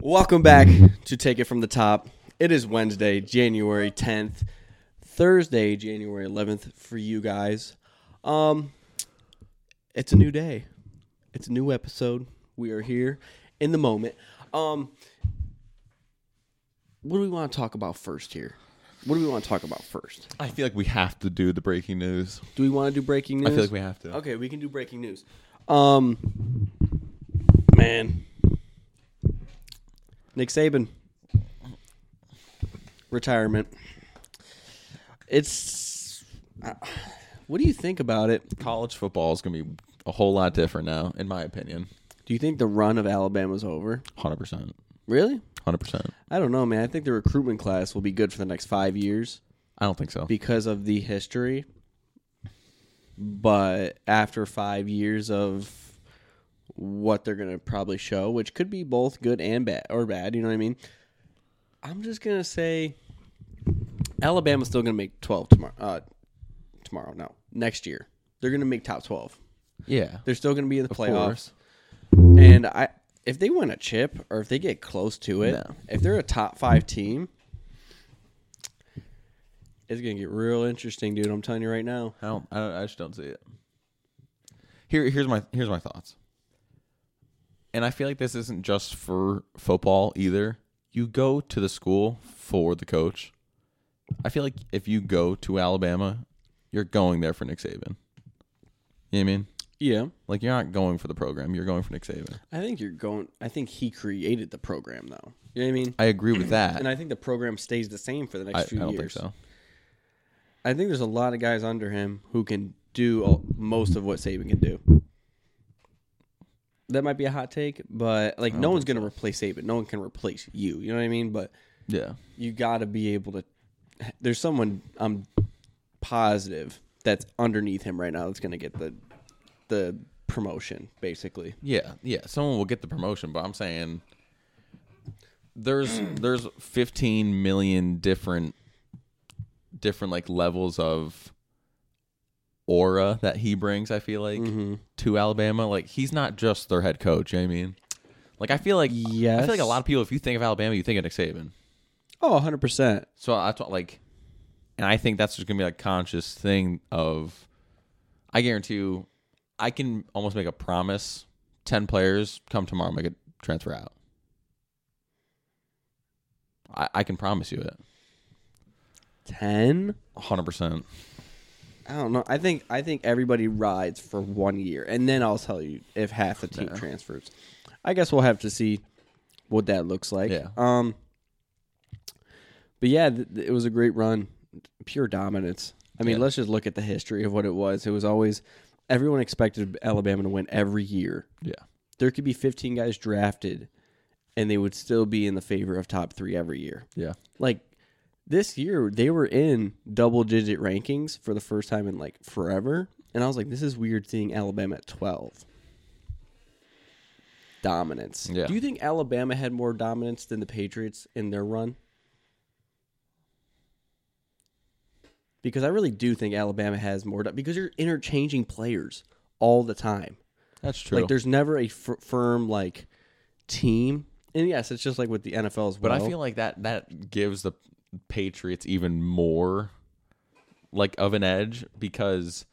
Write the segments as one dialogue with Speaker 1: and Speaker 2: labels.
Speaker 1: Welcome back to Take It From the Top. It is Wednesday, January 10th, Thursday, January 11th for you guys. Um it's a new day. It's a new episode. We are here in the moment. Um what do we want to talk about first here? What do we want to talk about first?
Speaker 2: I feel like we have to do the breaking news.
Speaker 1: Do we want to do breaking news?
Speaker 2: I feel like we have to.
Speaker 1: Okay, we can do breaking news. Um, man, Nick Saban retirement. It's I- what do you think about it?
Speaker 2: College football is going to be a whole lot different now, in my opinion.
Speaker 1: Do you think the run of Alabama's over?
Speaker 2: 100%.
Speaker 1: Really?
Speaker 2: 100%.
Speaker 1: I don't know, man. I think the recruitment class will be good for the next five years
Speaker 2: I don't think so.
Speaker 1: because of the history. But after five years of what they're gonna probably show, which could be both good and bad or bad, you know what I mean? I'm just gonna say Alabama's still gonna make twelve tomorrow. Uh, tomorrow, no, next year they're gonna make top twelve.
Speaker 2: Yeah.
Speaker 1: They're still gonna be in the playoffs.
Speaker 2: course.
Speaker 1: And I, if they win a chip or if they get close to it,
Speaker 2: No.
Speaker 1: if they're a top five team, it's gonna get real interesting, dude. I'm telling you right now.
Speaker 2: I don't, I don't. I just don't see it. Here, here's my here's my thoughts. And I feel like this isn't just for football either. You go to the school for the coach. I feel like if you go to Alabama, you're going there for Nick Saban. You know what I mean?
Speaker 1: Yeah,
Speaker 2: Like you're not going for the program. You're going for Nick Saban.
Speaker 1: I think you're going. I think he created the program, though. You know what I mean?
Speaker 2: I agree with that.
Speaker 1: And I think the program stays the same for the next
Speaker 2: I, I
Speaker 1: few
Speaker 2: don't
Speaker 1: years.
Speaker 2: think so.
Speaker 1: I think there's a lot of guys under him who can do all- most of what Saban can do. That might be a hot take, but like no one's gonna replace Saban. No one can replace you. You know what I mean? But
Speaker 2: Yeah.
Speaker 1: you got to be able to. There's someone I'm positive that's underneath him right now that's going to get the the promotion, basically.
Speaker 2: Yeah, yeah. Someone will get the promotion, but I'm saying there's there's 15 million different different like levels of aura that he brings. I feel like
Speaker 1: Mm-hmm.
Speaker 2: to Alabama, like he's not just their head coach. You know what I mean, like I feel like I
Speaker 1: Yes.
Speaker 2: feel like a lot of people. If you think of Alabama, you think of Nick Saban.
Speaker 1: Oh, 100 percent.
Speaker 2: So I thought like, and I think that's just gonna be like conscious thing of, I guarantee you, I can almost make a promise. Ten players come tomorrow, make a transfer out. I, I can promise you it,
Speaker 1: Ten.
Speaker 2: hundred percent.
Speaker 1: I don't know. I think I think everybody rides for one year, and then I'll tell you if half the team transfers. I guess we'll have to see what that looks like.
Speaker 2: Yeah.
Speaker 1: Um. But yeah, th- th- it was a great run, pure dominance. I mean,
Speaker 2: Yeah.
Speaker 1: let's just look at the history of what it was. It was always everyone expected Alabama to win every year.
Speaker 2: Yeah,
Speaker 1: There could be 15 guys drafted, and they would still be in the favor of top three every year
Speaker 2: yeah,
Speaker 1: like this year they were in double digit rankings for the first time in like forever and i was like this is weird seeing alabama at 12 dominance
Speaker 2: Yeah.
Speaker 1: do you think alabama had more dominance than the patriots in their run because i really do think alabama has more do- because you're interchanging players all the time
Speaker 2: that's true.
Speaker 1: like there's never a f- firm like team and yes it's just like with the nfl as well
Speaker 2: but I feel like that that gives the Patriots even more like of an edge because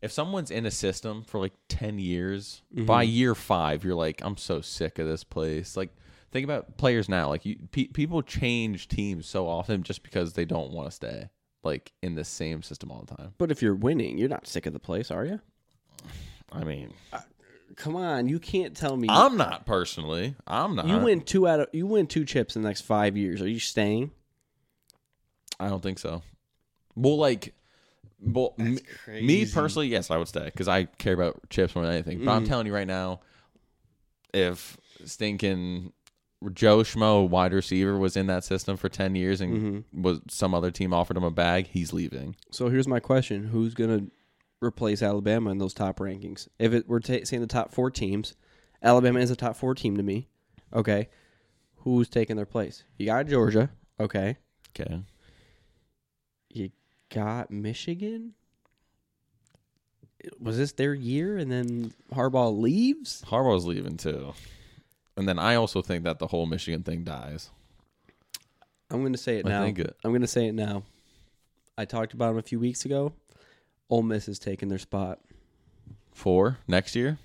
Speaker 2: if someone's in a system for like 10 years by year 5 you're like I'm so sick of this place like think about players now like you pe- people change teams so often just because they don't want to stay like in the same system all the time
Speaker 1: But if you're winning, you're not sick of the place, are you?
Speaker 2: I mean
Speaker 1: Come on, you can't tell me
Speaker 2: I'm not personally I'm not
Speaker 1: you win two out of you win two chips in the next five years. Are you staying?
Speaker 2: I don't think so. Well, like, well, m- me personally, yes, I would stay because I care about chips more than anything. But
Speaker 1: Mm.
Speaker 2: I'm telling you right now, if stinking Joe Schmo, wide receiver, was in that system for ten years and was some other team offered him a bag, he's leaving.
Speaker 1: Mm-hmm. So here's my question: Who's gonna replace Alabama in those top rankings? If it we're ta saying the top four teams, Alabama is a top four team to me. Okay, who's taking their place? You got Georgia. Okay,
Speaker 2: Okay,
Speaker 1: you got Michigan. Was this their year? And then Harbaugh leaves.
Speaker 2: Harbaugh's leaving too. And then I also think that the whole Michigan thing dies.
Speaker 1: I'm going to say it
Speaker 2: I
Speaker 1: now.
Speaker 2: think it-
Speaker 1: I'm going to say it now. I talked about him a few weeks ago. Ole Miss has taken their spot.
Speaker 2: For next year,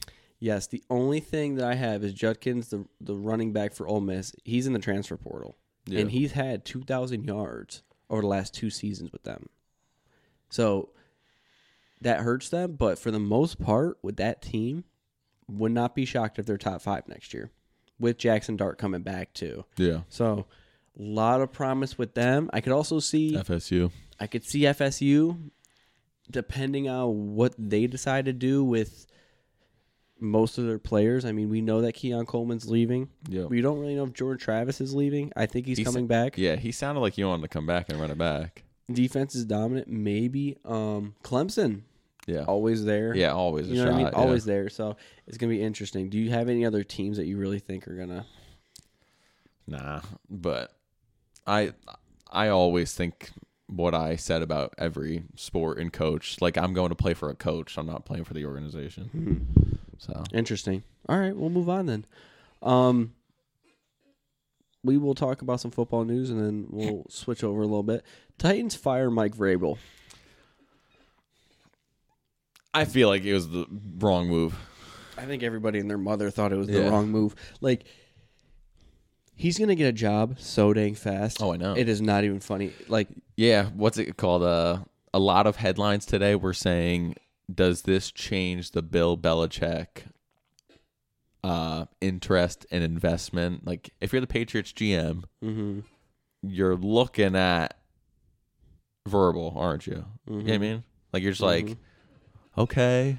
Speaker 1: Yes, the only thing that I have is Judkins, the the running back for Ole Miss. He's in the transfer portal,
Speaker 2: Yeah.
Speaker 1: and he's had two thousand yards over the last two seasons with them. So that hurts them, but for the most part, with that team, would not be shocked if they're top five next year, with Jackson Dart coming back too.
Speaker 2: yeah,
Speaker 1: So a lot of promise with them. I could also see
Speaker 2: FSU.
Speaker 1: I could see FSU, depending on what they decide to do with most of their players. I mean, we know that Keon Coleman's leaving.
Speaker 2: Yeah,
Speaker 1: We don't really know if Jordan Travis is leaving. I think he's,
Speaker 2: He's-
Speaker 1: coming back.
Speaker 2: yeah. He sounded like he wanted to come back and run it back.
Speaker 1: Defense is dominant, maybe. Um, Clemson
Speaker 2: Yeah,
Speaker 1: always there.
Speaker 2: yeah. Always a
Speaker 1: you know
Speaker 2: shot.
Speaker 1: what I mean.
Speaker 2: yeah.
Speaker 1: Always there. So it's gonna be interesting. Do you have any other teams that you really think are gonna?
Speaker 2: Nah, but I I always think what I said about every sport and coach. Like I'm going to play for a coach. I'm not playing for the organization.
Speaker 1: Hmm.
Speaker 2: So
Speaker 1: Interesting. All right, we'll move on then. Um, we will talk about some football news and then we'll switch over a little bit. Titans fire Mike Vrabel.
Speaker 2: I feel like it was the wrong move.
Speaker 1: I think everybody and their mother thought it was
Speaker 2: Yeah.
Speaker 1: the wrong move. Like he's gonna get a job so dang fast.
Speaker 2: Oh, I know.
Speaker 1: It is not even funny. Like
Speaker 2: Yeah, what's it called? Uh, a lot of headlines today were saying, "Does this change the Bill Belichick uh, interest and investment?" Like, if you're the Patriots GM,
Speaker 1: mhm.
Speaker 2: you're looking at verbal, aren't you? You know what I mean? Like you're just like, okay,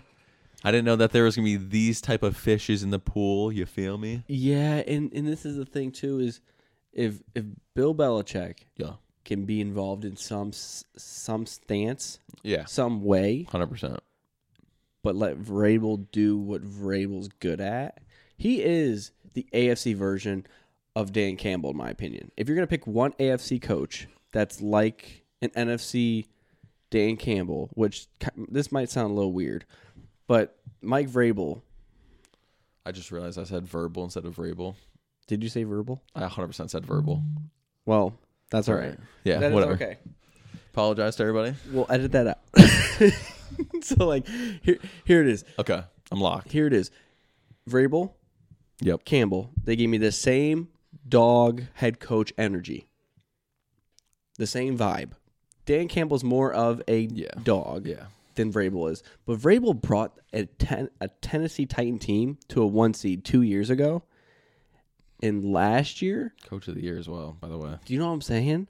Speaker 2: I didn't know that there was gonna be these type of fishes in the pool. You feel me?
Speaker 1: Yeah, and, and this is the thing too, is if if Bill Belichick
Speaker 2: Yeah,
Speaker 1: can be involved in some s- some stance,
Speaker 2: yeah,
Speaker 1: some way,
Speaker 2: hundred percent.
Speaker 1: but let Vrabel do what Vrabel's good at. He is the AFC version of Dan Campbell, in my opinion. If you're gonna pick one AFC coach that's like an NFC Dan Campbell, which ki- this might sound a little weird, but Mike Vrabel.
Speaker 2: I just realized I said verbal instead of verbal.
Speaker 1: Did you say verbal?
Speaker 2: I hundred percent said verbal.
Speaker 1: Well, that's all right.
Speaker 2: Yeah,
Speaker 1: That is
Speaker 2: whatever.
Speaker 1: okay.
Speaker 2: Apologize to everybody.
Speaker 1: We'll edit that out. so like, here, here it is.
Speaker 2: Okay, I'm locked.
Speaker 1: Here it is. Vrabel,
Speaker 2: Yep.
Speaker 1: Campbell, they gave me the same dog head coach energy, the same vibe. Dan Campbell's more of a
Speaker 2: Yeah.
Speaker 1: dog
Speaker 2: Yeah.
Speaker 1: than Vrabel is, but Vrabel brought a, ten, a Tennessee Titan team to a one seed two years ago, and last year,
Speaker 2: Coach of the year as well, by the way.
Speaker 1: do you know what I'm saying?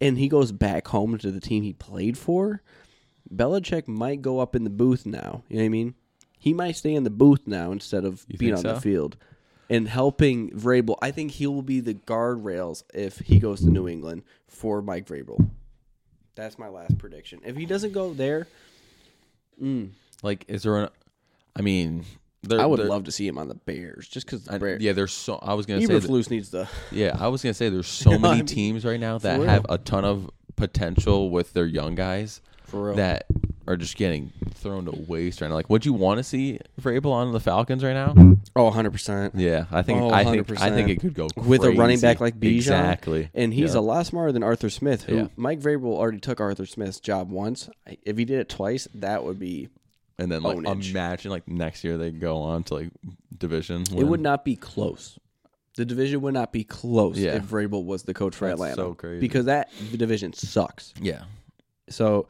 Speaker 1: And he goes back home to the team he played for. Belichick might go up in the booth now. You know what I mean? He might stay in the booth now instead of being on
Speaker 2: think so?
Speaker 1: the field and helping Vrabel. I think he will be the guardrails if he goes to New England for Mike Vrabel. That's my last prediction. If he doesn't go there,
Speaker 2: Like, is there an? I mean, there,
Speaker 1: I would
Speaker 2: there-
Speaker 1: love to see him on the Bears just because the
Speaker 2: I-
Speaker 1: Bears.
Speaker 2: yeah, there's so. I was gonna say that-
Speaker 1: Eberflus needs the.
Speaker 2: Yeah, I was gonna say there's so
Speaker 1: know what
Speaker 2: many
Speaker 1: I mean?
Speaker 2: teams right now that
Speaker 1: For
Speaker 2: have a ton of potential with their young guys
Speaker 1: For real.
Speaker 2: that are just getting thrown to waste right now. Like, would you want to see Vrabel on the Falcons right now?
Speaker 1: Oh, 100%.
Speaker 2: Yeah, I think
Speaker 1: Oh,
Speaker 2: I think I
Speaker 1: 100%.
Speaker 2: think it could go
Speaker 1: with a running
Speaker 2: crazy.
Speaker 1: back like Bijan.
Speaker 2: Exactly,
Speaker 1: And he's
Speaker 2: Yeah.
Speaker 1: a lot smarter than Arthur Smith, who
Speaker 2: Yeah.
Speaker 1: Mike Vrabel already took Arthur Smith's job once. I- If he did it twice, that would be.
Speaker 2: and then like
Speaker 1: ownage.
Speaker 2: imagine like next year they go on to like division.
Speaker 1: It
Speaker 2: win.
Speaker 1: would not be close. The division would not be close
Speaker 2: Yeah.
Speaker 1: if Vrabel was the coach for
Speaker 2: That's
Speaker 1: Atlanta.
Speaker 2: so crazy.
Speaker 1: Because that division sucks.
Speaker 2: Yeah.
Speaker 1: So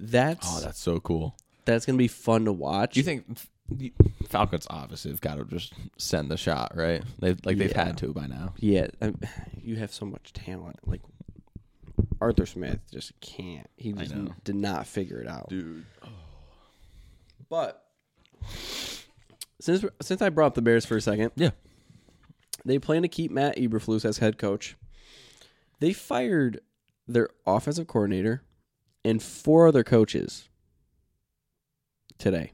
Speaker 1: that's
Speaker 2: Oh,
Speaker 1: that's,
Speaker 2: that's so cool.
Speaker 1: going to be fun to watch.
Speaker 2: Do you think f- the Falcons obviously have got to just send the shot, right? They have like they've
Speaker 1: Yeah.
Speaker 2: had to by now.
Speaker 1: Yeah, I, you have so much talent. Like Arthur Smith just can't. He just
Speaker 2: know.
Speaker 1: did not figure it out.
Speaker 2: Dude,
Speaker 1: But since since I brought up the Bears for a second,
Speaker 2: yeah,
Speaker 1: they plan to keep Matt Eberflus as head coach. They fired their offensive coordinator and four other coaches today.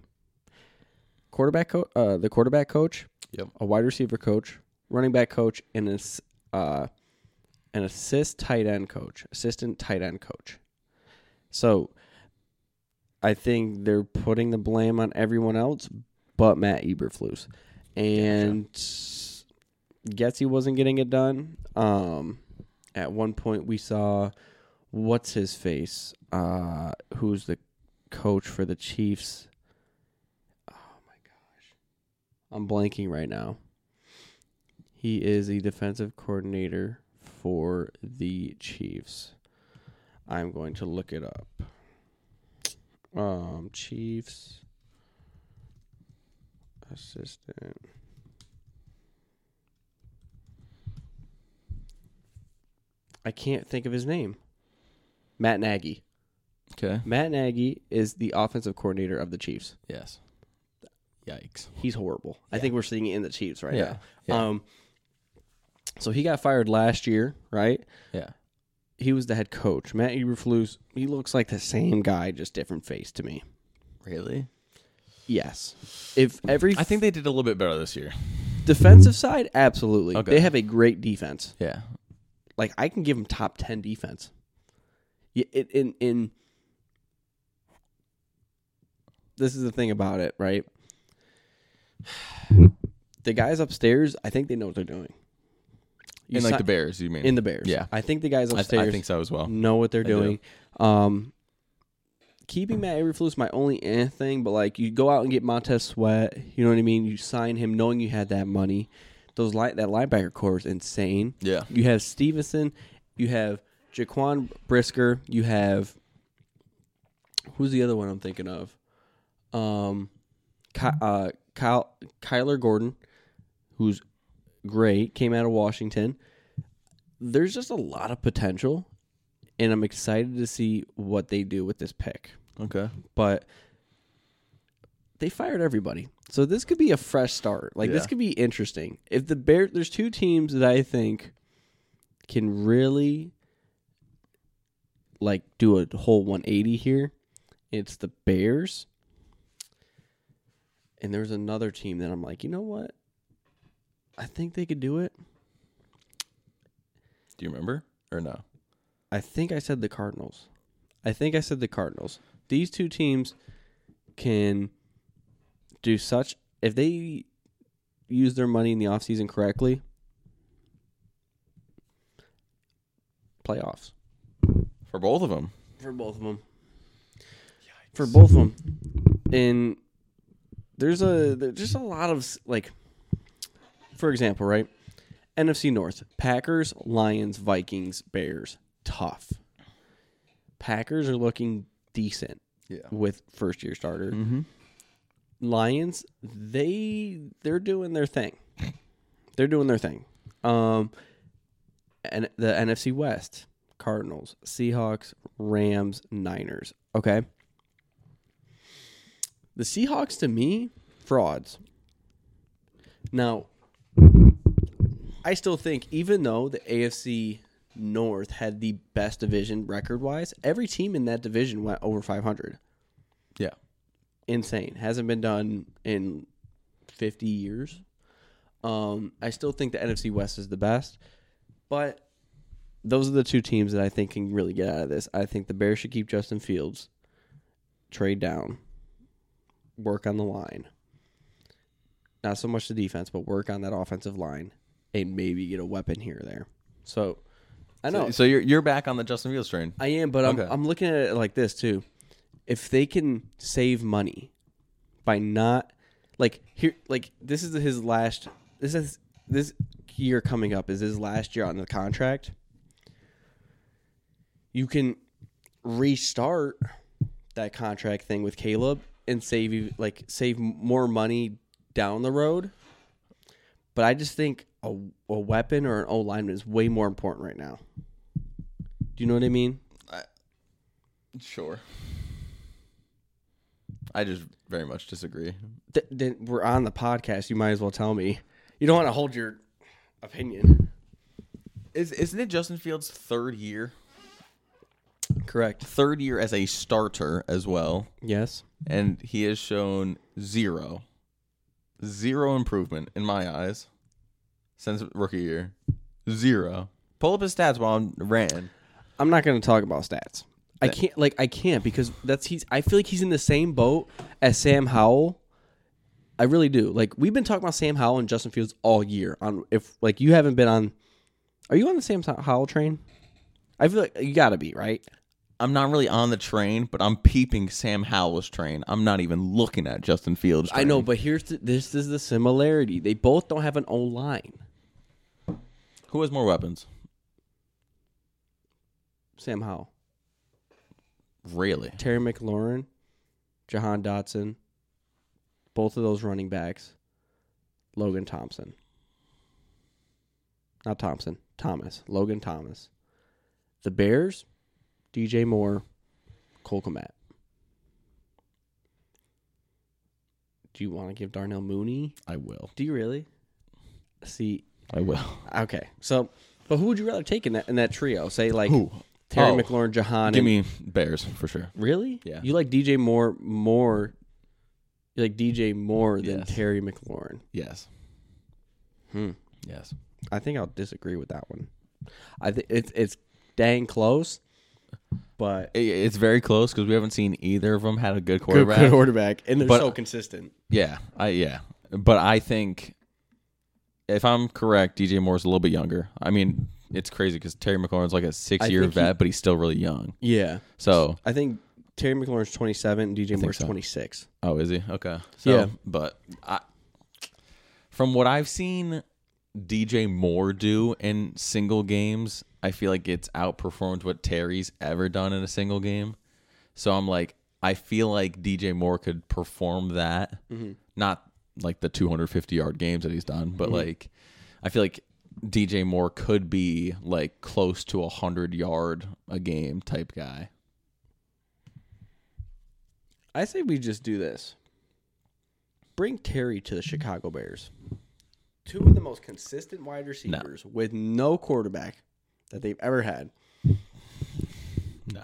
Speaker 1: Quarterback, co- uh, the quarterback coach,
Speaker 2: Yep.
Speaker 1: a wide receiver coach, running back coach, and an, ass- uh, an assist tight end coach, assistant tight end coach. So, I think they're putting the blame on everyone else, but Matt Eberflus, and Getzey wasn't getting it done. Um, at one point, we saw what's his face, uh, who's the coach for the Chiefs. Oh my gosh, I'm blanking right now. He is the defensive coordinator for the Chiefs. I'm going to look it up. Um, Chiefs assistant. I can't think of his name. Matt Nagy.
Speaker 2: Okay.
Speaker 1: Matt Nagy is the offensive coordinator of the Chiefs.
Speaker 2: Yes. Yikes.
Speaker 1: He's horrible. I think we're seeing it in the Chiefs right
Speaker 2: Yeah,
Speaker 1: now. Um, so he got fired last year, right?
Speaker 2: Yeah.
Speaker 1: He was the head coach. Matt Eberflus. He looks like the same guy, just different face to me.
Speaker 2: Really?
Speaker 1: Yes. If every
Speaker 2: I think they did a little bit better this year.
Speaker 1: defensive side, absolutely,
Speaker 2: Okay.
Speaker 1: they have a great defense.
Speaker 2: Yeah.
Speaker 1: like I can give him top ten defense. Yeah, in, in in this is the thing about it, right? The guys upstairs, I think they know what they're doing. You
Speaker 2: in like
Speaker 1: si-
Speaker 2: the Bears, you mean?
Speaker 1: in the Bears,
Speaker 2: Yeah.
Speaker 1: I think the guys
Speaker 2: I,
Speaker 1: upstairs
Speaker 2: I think so as well.
Speaker 1: know what they're
Speaker 2: They do.
Speaker 1: doing. Um, keeping Matt Eberflus is my only eh thing, but like you go out and get Montez Sweat, you know what I mean? You sign him knowing you had that money. Those line, that linebacker core is insane.
Speaker 2: Yeah.
Speaker 1: You have Stevenson. You have Jaquan Brisker. You have who's the other one I'm thinking of? Um, Ky- uh, Kyle Kyler Gordon, who's great, came out of Washington. There's just a lot of potential, and I'm excited to see what they do with this pick.
Speaker 2: Okay.
Speaker 1: But they fired everybody, so this could be a fresh start. Like this
Speaker 2: Yeah.
Speaker 1: could be interesting. If the Bears, there's two teams that I think can really like do a whole 180 here. It's the Bears. And there's another team that I'm like, you know what? I think they could do it.
Speaker 2: Do you remember or no?
Speaker 1: I think I said the Cardinals. I think I said the Cardinals. These two teams can do such if they use their money in the offseason correctly. Playoffs
Speaker 2: For both of them.
Speaker 1: for both of them. For both of them, and there's a there's just a lot of s- like, for example, right? NFC North: Packers, Lions, Vikings, Bears. Tough. Packers are looking decent
Speaker 2: Yeah.
Speaker 1: with first year starter.
Speaker 2: Mm-hmm.
Speaker 1: Lions, they they're doing their thing. They're doing their thing. Um and the NFC West, Cardinals, Seahawks, Rams, Niners. Okay. The Seahawks to me, frauds. Now, I still think even though the AFC North had the best division record-wise, every team in that division went over 500
Speaker 2: Yeah.
Speaker 1: insane. Hasn't been done in 50 years. Um, I still think the NFC West is the best, but those are the two teams that I think can really get out of this. I think the Bears should keep Justin Fields, trade down, work on the line. Not so much the defense, but work on that offensive line and maybe get a weapon here or there. So I know
Speaker 2: So, so you're you're back on the Justin Fields train.
Speaker 1: I am, but I'm
Speaker 2: Okay.
Speaker 1: I'm looking at it like this too. If they can save money by not like here like this is his last this is this year coming up is his last year on the contract. You can restart that contract thing with Caleb and save you like save more money down the road. But I just think a, a weapon or an O lineman is way more important right now. Do you know what I mean?
Speaker 2: Sure. I just very much disagree.
Speaker 1: th- then we're on the podcast. You might as well tell me. You don't want to hold your opinion.
Speaker 2: Is isn't it Justin Fields' third year?
Speaker 1: Correct.
Speaker 2: Third year as a starter as well,
Speaker 1: Yes.
Speaker 2: and he has shown zero, zero improvement in my eyes since rookie year. Zero. Pull up his stats while I'm ran.
Speaker 1: I'm not going to talk about stats. I can't like I can't because that's he's I feel like he's in the same boat as Sam Howell I really do. Like we've been talking about Sam Howell and Justin Fields all year. On if like you haven't been on, are you on the Sam Howell train? I feel like you gotta be right.
Speaker 2: I'm not really on the train, but I'm peeping Sam Howell's train. I'm not even looking at Justin Fields.
Speaker 1: I
Speaker 2: train.
Speaker 1: know, but here's the, this is the similarity. They both don't have an O line.
Speaker 2: Who has more weapons?
Speaker 1: Sam Howell,
Speaker 2: Really?
Speaker 1: Terry McLaurin, Jahan Dotson, both of those running backs, Logan Thompson. Not Thompson, Thomas, Logan Thomas. The Bears, DJ Moore, Cole Komet. Do you want to give Darnell Mooney?
Speaker 2: I will.
Speaker 1: Do you really? See,
Speaker 2: I will.
Speaker 1: Okay, so but who would you rather take in that in that trio? Say like
Speaker 2: Who?
Speaker 1: Terry
Speaker 2: Oh.
Speaker 1: McLaurin, Jahan.
Speaker 2: Give
Speaker 1: and-
Speaker 2: me Bears for sure.
Speaker 1: really?
Speaker 2: Yeah.
Speaker 1: You like DJ Moore more? You like DJ more than
Speaker 2: Yes.
Speaker 1: Terry McLaurin?
Speaker 2: Yes.
Speaker 1: Hmm.
Speaker 2: Yes.
Speaker 1: I think I'll disagree with that one. I think it's it's dang close, but
Speaker 2: I- It's very close because we haven't seen either of them had a
Speaker 1: good,
Speaker 2: good quarterback.
Speaker 1: good quarterback, and they're
Speaker 2: But-
Speaker 1: so consistent.
Speaker 2: Yeah, I yeah, but I think if I'm correct, DJ Moore's a little bit younger. I mean, it's crazy because Terry McLaurin's like a six year
Speaker 1: think he-
Speaker 2: vet, but he's still really young.
Speaker 1: Yeah,
Speaker 2: So,
Speaker 1: I think Terry McLaurin's twenty seven, and DJ Moore's
Speaker 2: Oh. so.
Speaker 1: twenty six.
Speaker 2: oh, is he okay? So,
Speaker 1: Yeah.
Speaker 2: but I, from what I've seen DJ Moore do in single games, I feel like it's outperformed what Terry's ever done in a single game. So I'm like, I feel like DJ Moore could perform that. Not like the 250 yard games that he's done, but like, I feel like DJ Moore could be like close to a 100 yard a game type guy.
Speaker 1: I say we just do this. Bring Terry to the Chicago Bears. Two of the most consistent wide receivers with no quarterback that they've ever had.
Speaker 2: No.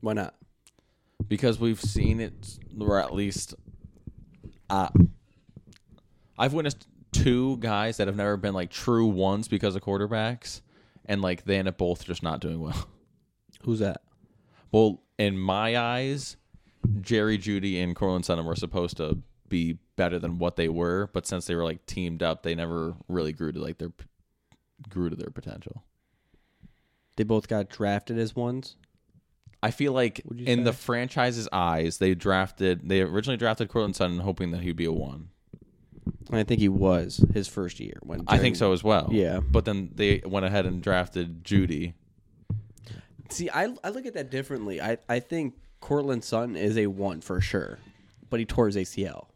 Speaker 1: Why not?
Speaker 2: because we've seen it, or at least, uh, I've witnessed two guys that have never been like true ones because of quarterbacks, and like they end up both just not doing well.
Speaker 1: Who's that?
Speaker 2: Well, in my eyes, Jerry Judy and Corlin Sutton were supposed to be better than what they were, but since they were like teamed up, they never really grew to like their p- grew to their potential.
Speaker 1: They both got drafted as ones.
Speaker 2: I feel like
Speaker 1: you
Speaker 2: in the franchise's eyes, they drafted they originally drafted Corlin Sutton hoping that he'd be a one.
Speaker 1: And I think he was his first year when
Speaker 2: I think so as well.
Speaker 1: Yeah.
Speaker 2: But then they went ahead and drafted Judy.
Speaker 1: See, I, I look at that differently. I, I think Cortland Sutton is a one for sure, but he tore his ACL.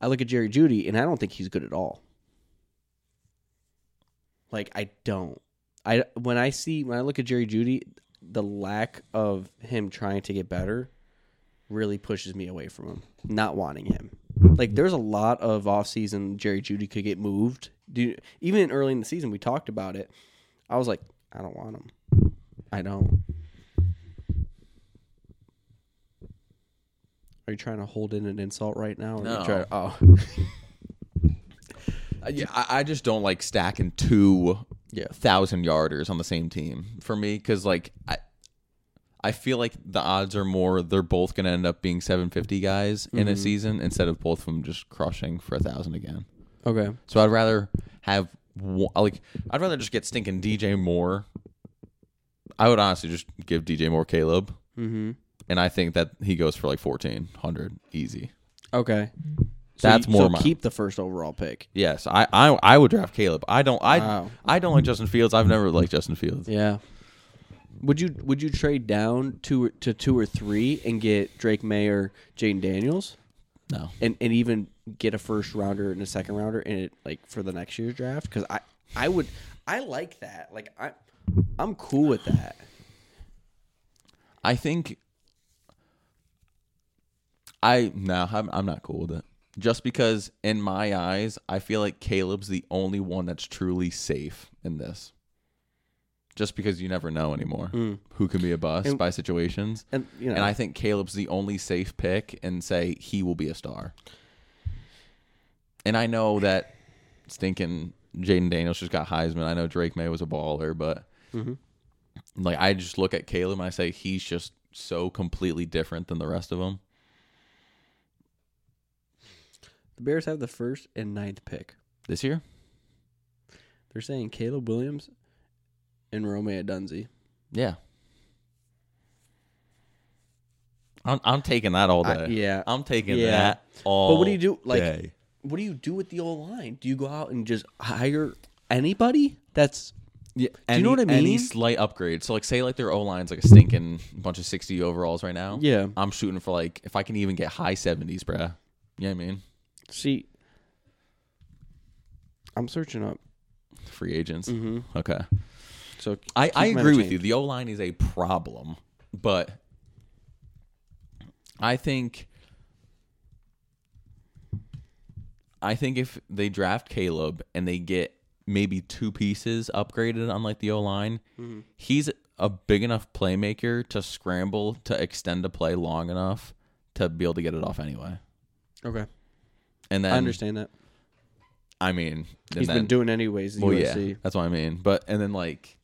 Speaker 1: I look at Jerry Judy, and I don't think he's good at all. Like I don't. I when I see when I look at Jerry Judy, the lack of him trying to get better really pushes me away from him, not wanting him. Like there's a lot of offseason Jerry Judy could get moved. Do you- even early in the season we talked about it. I was like, I don't want him. I don't. Are you trying to hold in an insult right now? Or Are
Speaker 2: No.
Speaker 1: you trying to, oh,
Speaker 2: I, Uh, yeah, I I just don't like stacking two
Speaker 1: Yeah.
Speaker 2: thousand yarders on the same team for me because like I, I feel like the odds are more they're both gonna end up being seven fifty guys in a season instead of both of them just crushing for a thousand again.
Speaker 1: okay.
Speaker 2: So I'd rather have one, like I'd rather just get stinking DJ Moore. I would honestly just give DJ Moore Caleb,
Speaker 1: Mm-hmm.
Speaker 2: and I think that he goes for like fourteen hundred easy.
Speaker 1: Okay.
Speaker 2: That's
Speaker 1: you-
Speaker 2: more my-
Speaker 1: keep the first overall pick.
Speaker 2: Yes, I, I I would draft Caleb. I don't I
Speaker 1: Wow.
Speaker 2: I don't like Justin Fields. I've never liked Justin Fields.
Speaker 1: Yeah. Would you would you trade down to to two or three and get Drake May or Jaden Daniels
Speaker 2: No.
Speaker 1: and and even get a first rounder and a second rounder in it like for the next year's draft? Because I I would I like that. Like I I'm cool with that.
Speaker 2: I think I no, I'm I'm not cool with it. Just because in my eyes, I feel like Caleb's the only one that's truly safe in this. Just because you never know anymore who can be a bust by situations.
Speaker 1: And you know
Speaker 2: and I think Caleb's the only safe pick and say he will be a star. And I know that stinking Jaden Daniels just got Heisman. I know Drake May was a baller, but
Speaker 1: Mm-hmm.
Speaker 2: like I just look at Caleb and I say he's just so completely different than the rest of them.
Speaker 1: The Bears have the first and ninth pick.
Speaker 2: This year?
Speaker 1: They're saying Caleb Williams and Romeo Dunze.
Speaker 2: Yeah. I'm, I'm taking that all day.
Speaker 1: I- yeah.
Speaker 2: I'm taking
Speaker 1: Yeah.
Speaker 2: that all
Speaker 1: But what do you do? Like,
Speaker 2: day.
Speaker 1: what do you do with the old line? Do you go out and just hire anybody? That's
Speaker 2: Yeah,
Speaker 1: you know
Speaker 2: any-
Speaker 1: what I
Speaker 2: Any
Speaker 1: mean?
Speaker 2: slight upgrade. So like, say like their O line's like a stinking bunch of sixty overalls right now.
Speaker 1: Yeah.
Speaker 2: I'm shooting for like if I can even get high seventies, bruh. You know what I mean?
Speaker 1: see. I'm searching up.
Speaker 2: Free agents.
Speaker 1: Mm-hmm.
Speaker 2: Okay.
Speaker 1: So
Speaker 2: I,
Speaker 1: keep
Speaker 2: I
Speaker 1: them
Speaker 2: agree
Speaker 1: entertained.
Speaker 2: with you. The O line is a problem, but I think I think if they draft Caleb and they get maybe two pieces upgraded on like the O line,
Speaker 1: Mm-hmm.
Speaker 2: he's a big enough playmaker to scramble to extend a play long enough to be able to get it off anyway.
Speaker 1: Okay,
Speaker 2: And then
Speaker 1: I understand that.
Speaker 2: I mean, and
Speaker 1: He's
Speaker 2: then,
Speaker 1: been doing anyways. The
Speaker 2: Well,
Speaker 1: UFC.
Speaker 2: yeah, that's what I mean. But and then like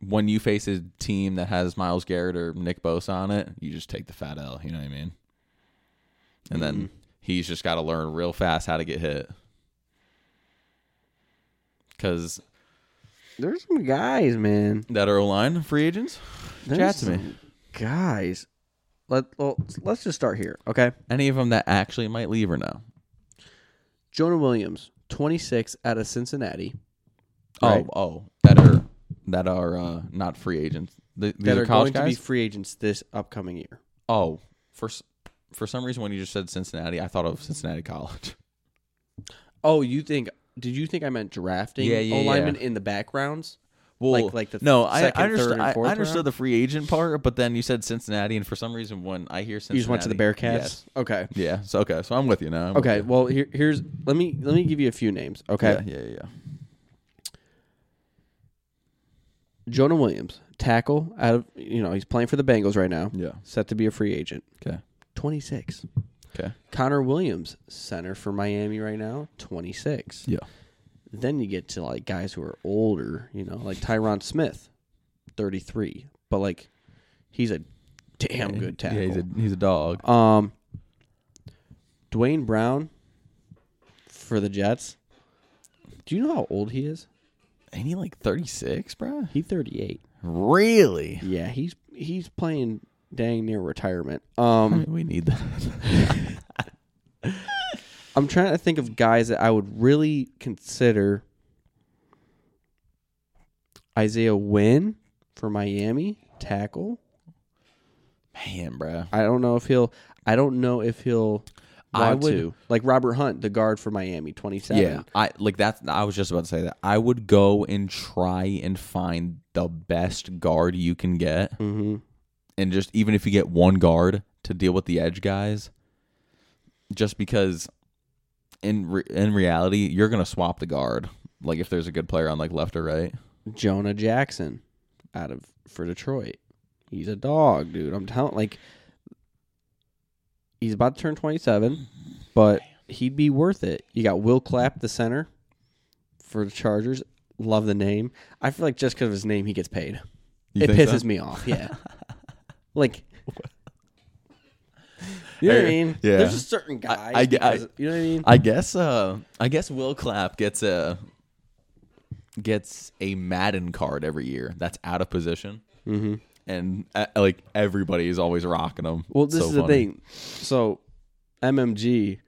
Speaker 2: when you face a team that has Miles Garrett or Nick Bosa on it, you just take the fat L. You know what I mean?
Speaker 1: Mm-hmm.
Speaker 2: And then he's just got to learn real fast how to get hit. Because
Speaker 1: There's some guys, man.
Speaker 2: that O line free agents,
Speaker 1: There's
Speaker 2: chat to me.
Speaker 1: some Guys, let well, let's just start here. Okay,
Speaker 2: Any of them that actually might leave or no?
Speaker 1: Jonah Williams, 26, out of Cincinnati. Right.
Speaker 2: Oh, oh, that are that are uh, not free agents. Th- These
Speaker 1: that
Speaker 2: are,
Speaker 1: are
Speaker 2: college
Speaker 1: going to be
Speaker 2: guys.
Speaker 1: free agents this upcoming year.
Speaker 2: oh, for s- for some reason when you just said Cincinnati, I thought of Cincinnati College.
Speaker 1: Oh, you think? Did you think I meant drafting
Speaker 2: Yeah, yeah,
Speaker 1: alignment
Speaker 2: yeah.
Speaker 1: in the backgrounds?
Speaker 2: Well,
Speaker 1: Like- like the
Speaker 2: no, I,
Speaker 1: second,
Speaker 2: I understood.
Speaker 1: third, and
Speaker 2: I-
Speaker 1: fourth
Speaker 2: I, understood
Speaker 1: round?
Speaker 2: the free agent part, but then you said Cincinnati, and for some reason, when I hear Cincinnati,
Speaker 1: You just went to the Bearcats.
Speaker 2: yes.
Speaker 1: Okay.
Speaker 2: Yeah. So okay. So I'm with you now. I'm with
Speaker 1: Okay.
Speaker 2: you.
Speaker 1: Well, here, here's let me let me give you a few names. Okay.
Speaker 2: Yeah. Yeah. Yeah.
Speaker 1: Jonah Williams, tackle out of you know he's playing for the Bengals right now.
Speaker 2: Yeah.
Speaker 1: Set to be a free agent.
Speaker 2: Okay.
Speaker 1: 26.
Speaker 2: Okay.
Speaker 1: Connor Williams, center for Miami right now, 26.
Speaker 2: Yeah.
Speaker 1: Then you get to like guys who are older, you know, like Tyron Smith, 33. But like he's a damn good tackle.
Speaker 2: Yeah. He's a he's a dog.
Speaker 1: um Dwayne Brown for the Jets. Do you know how old he is?
Speaker 2: Ain't he like 36, bro?
Speaker 1: He's 38.
Speaker 2: Really?
Speaker 1: Yeah, he's he's playing dang near retirement.
Speaker 2: I
Speaker 1: Um
Speaker 2: mean, we need that.
Speaker 1: I'm trying to think of guys that I would really consider Isaiah Wynn for Miami tackle.
Speaker 2: Man, bro.
Speaker 1: I don't know if he'll I don't know if he'll want
Speaker 2: I would-
Speaker 1: to. Like Robert Hunt, the guard for Miami, 27.
Speaker 2: Yeah. I like that's I was just about to say that. I would go and try and find the best guard you can get.
Speaker 1: hmm
Speaker 2: and just even if you get one guard to deal with the edge guys, just because in re- in reality you're gonna swap the guard. Like if there's a good player on like left or right,
Speaker 1: Jonah Jackson out of for Detroit. He's a dog, dude. I'm telling like he's about to turn 27, but he'd be worth it. You got Will Clapp the center for the Chargers. Love the name. I feel like just because of his name, he gets paid.
Speaker 2: You
Speaker 1: it
Speaker 2: think so?
Speaker 1: pisses me off. Yeah, like. You know what I
Speaker 2: Hey,
Speaker 1: mean?
Speaker 2: yeah.
Speaker 1: There's a certain guy.
Speaker 2: I- I-
Speaker 1: you know what I mean?
Speaker 2: I guess uh I guess Will Clapp gets a gets a Madden card every year. That's out of position. Mm-hmm. And uh, like everybody is always rocking them.
Speaker 1: Well, this
Speaker 2: So
Speaker 1: is the
Speaker 2: funny.
Speaker 1: thing. So, MMG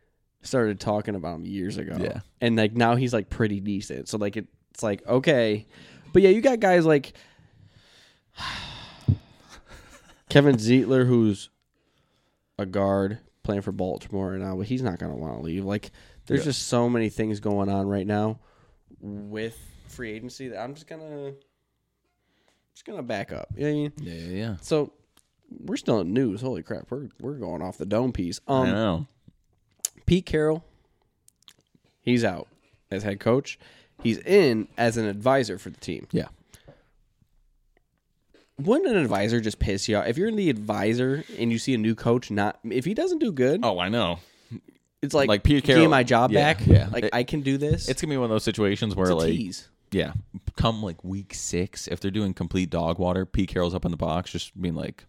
Speaker 1: started talking about him years ago.
Speaker 2: Yeah.
Speaker 1: And like now he's like pretty decent. So like it's like okay, but yeah, you got guys like Kevin Zietler, who's a guard playing for Baltimore right now, but he's not gonna want to leave. Like there's
Speaker 2: Yeah.
Speaker 1: just so many things going on right now with free agency that I'm just gonna just gonna back up. You know what I mean?
Speaker 2: Yeah, yeah, yeah.
Speaker 1: So we're still in news. Holy crap, we're we're going off the dome piece.
Speaker 2: I
Speaker 1: Um,
Speaker 2: know.
Speaker 1: Pete Carroll, he's out as head coach. He's in as an advisor for the team.
Speaker 2: Yeah.
Speaker 1: Wouldn't an advisor just piss you off? If you're in the advisor and you see a new coach not, if he doesn't do good,
Speaker 2: Oh, I know.
Speaker 1: it's like,
Speaker 2: like Pete
Speaker 1: give me
Speaker 2: Carroll-
Speaker 1: my job
Speaker 2: yeah,
Speaker 1: back.
Speaker 2: yeah.
Speaker 1: Like
Speaker 2: It-
Speaker 1: I can do this.
Speaker 2: It's gonna be one of those situations where
Speaker 1: a
Speaker 2: like
Speaker 1: tease.
Speaker 2: Yeah. Come like week six, if they're doing complete dog water, Pete Carroll's up in the box, just being like,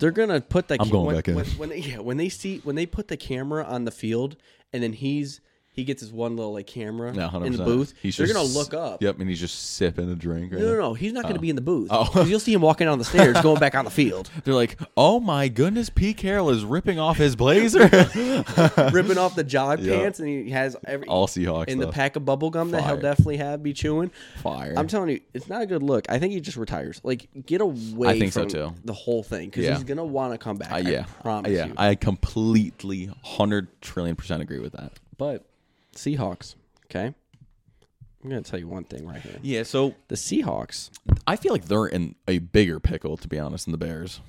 Speaker 1: They're gonna put the.
Speaker 2: I'm going
Speaker 1: when,
Speaker 2: back in.
Speaker 1: When, when they, yeah, when they see when they put the camera on the field, and then he's he gets his one little like camera
Speaker 2: No, 100%.
Speaker 1: in the booth.
Speaker 2: He's
Speaker 1: They're
Speaker 2: just-
Speaker 1: gonna look up.
Speaker 2: Yep, and he's just sipping a drink. Right
Speaker 1: No, no,
Speaker 2: now.
Speaker 1: no. He's not gonna be in the booth.
Speaker 2: Oh.
Speaker 1: 'Cause you'll see him walking down the stairs, going back on the field,
Speaker 2: They're like, oh my goodness, Pete Carroll is ripping off his blazer.
Speaker 1: ripping off the jog
Speaker 2: Yeah.
Speaker 1: pants, and he has every
Speaker 2: All Seahawks.
Speaker 1: in the
Speaker 2: though.
Speaker 1: pack of bubble gum that he'll
Speaker 2: Fire.
Speaker 1: definitely have be chewing.
Speaker 2: Fire.
Speaker 1: I'm telling you, it's not a good look. I think he just retires. Like, get away.
Speaker 2: I think so,
Speaker 1: from
Speaker 2: too.
Speaker 1: The whole thing because
Speaker 2: Yeah.
Speaker 1: he's gonna want to come back.
Speaker 2: Uh,
Speaker 1: yeah,
Speaker 2: yeah.
Speaker 1: I promise
Speaker 2: yeah.
Speaker 1: you.
Speaker 2: I completely 100 trillion percent agree with that.
Speaker 1: but Seahawks, okay. I'm gonna tell you one thing right here.
Speaker 2: Yeah, so
Speaker 1: The Seahawks.
Speaker 2: I feel like they're in a bigger pickle, to be honest, than the Bears,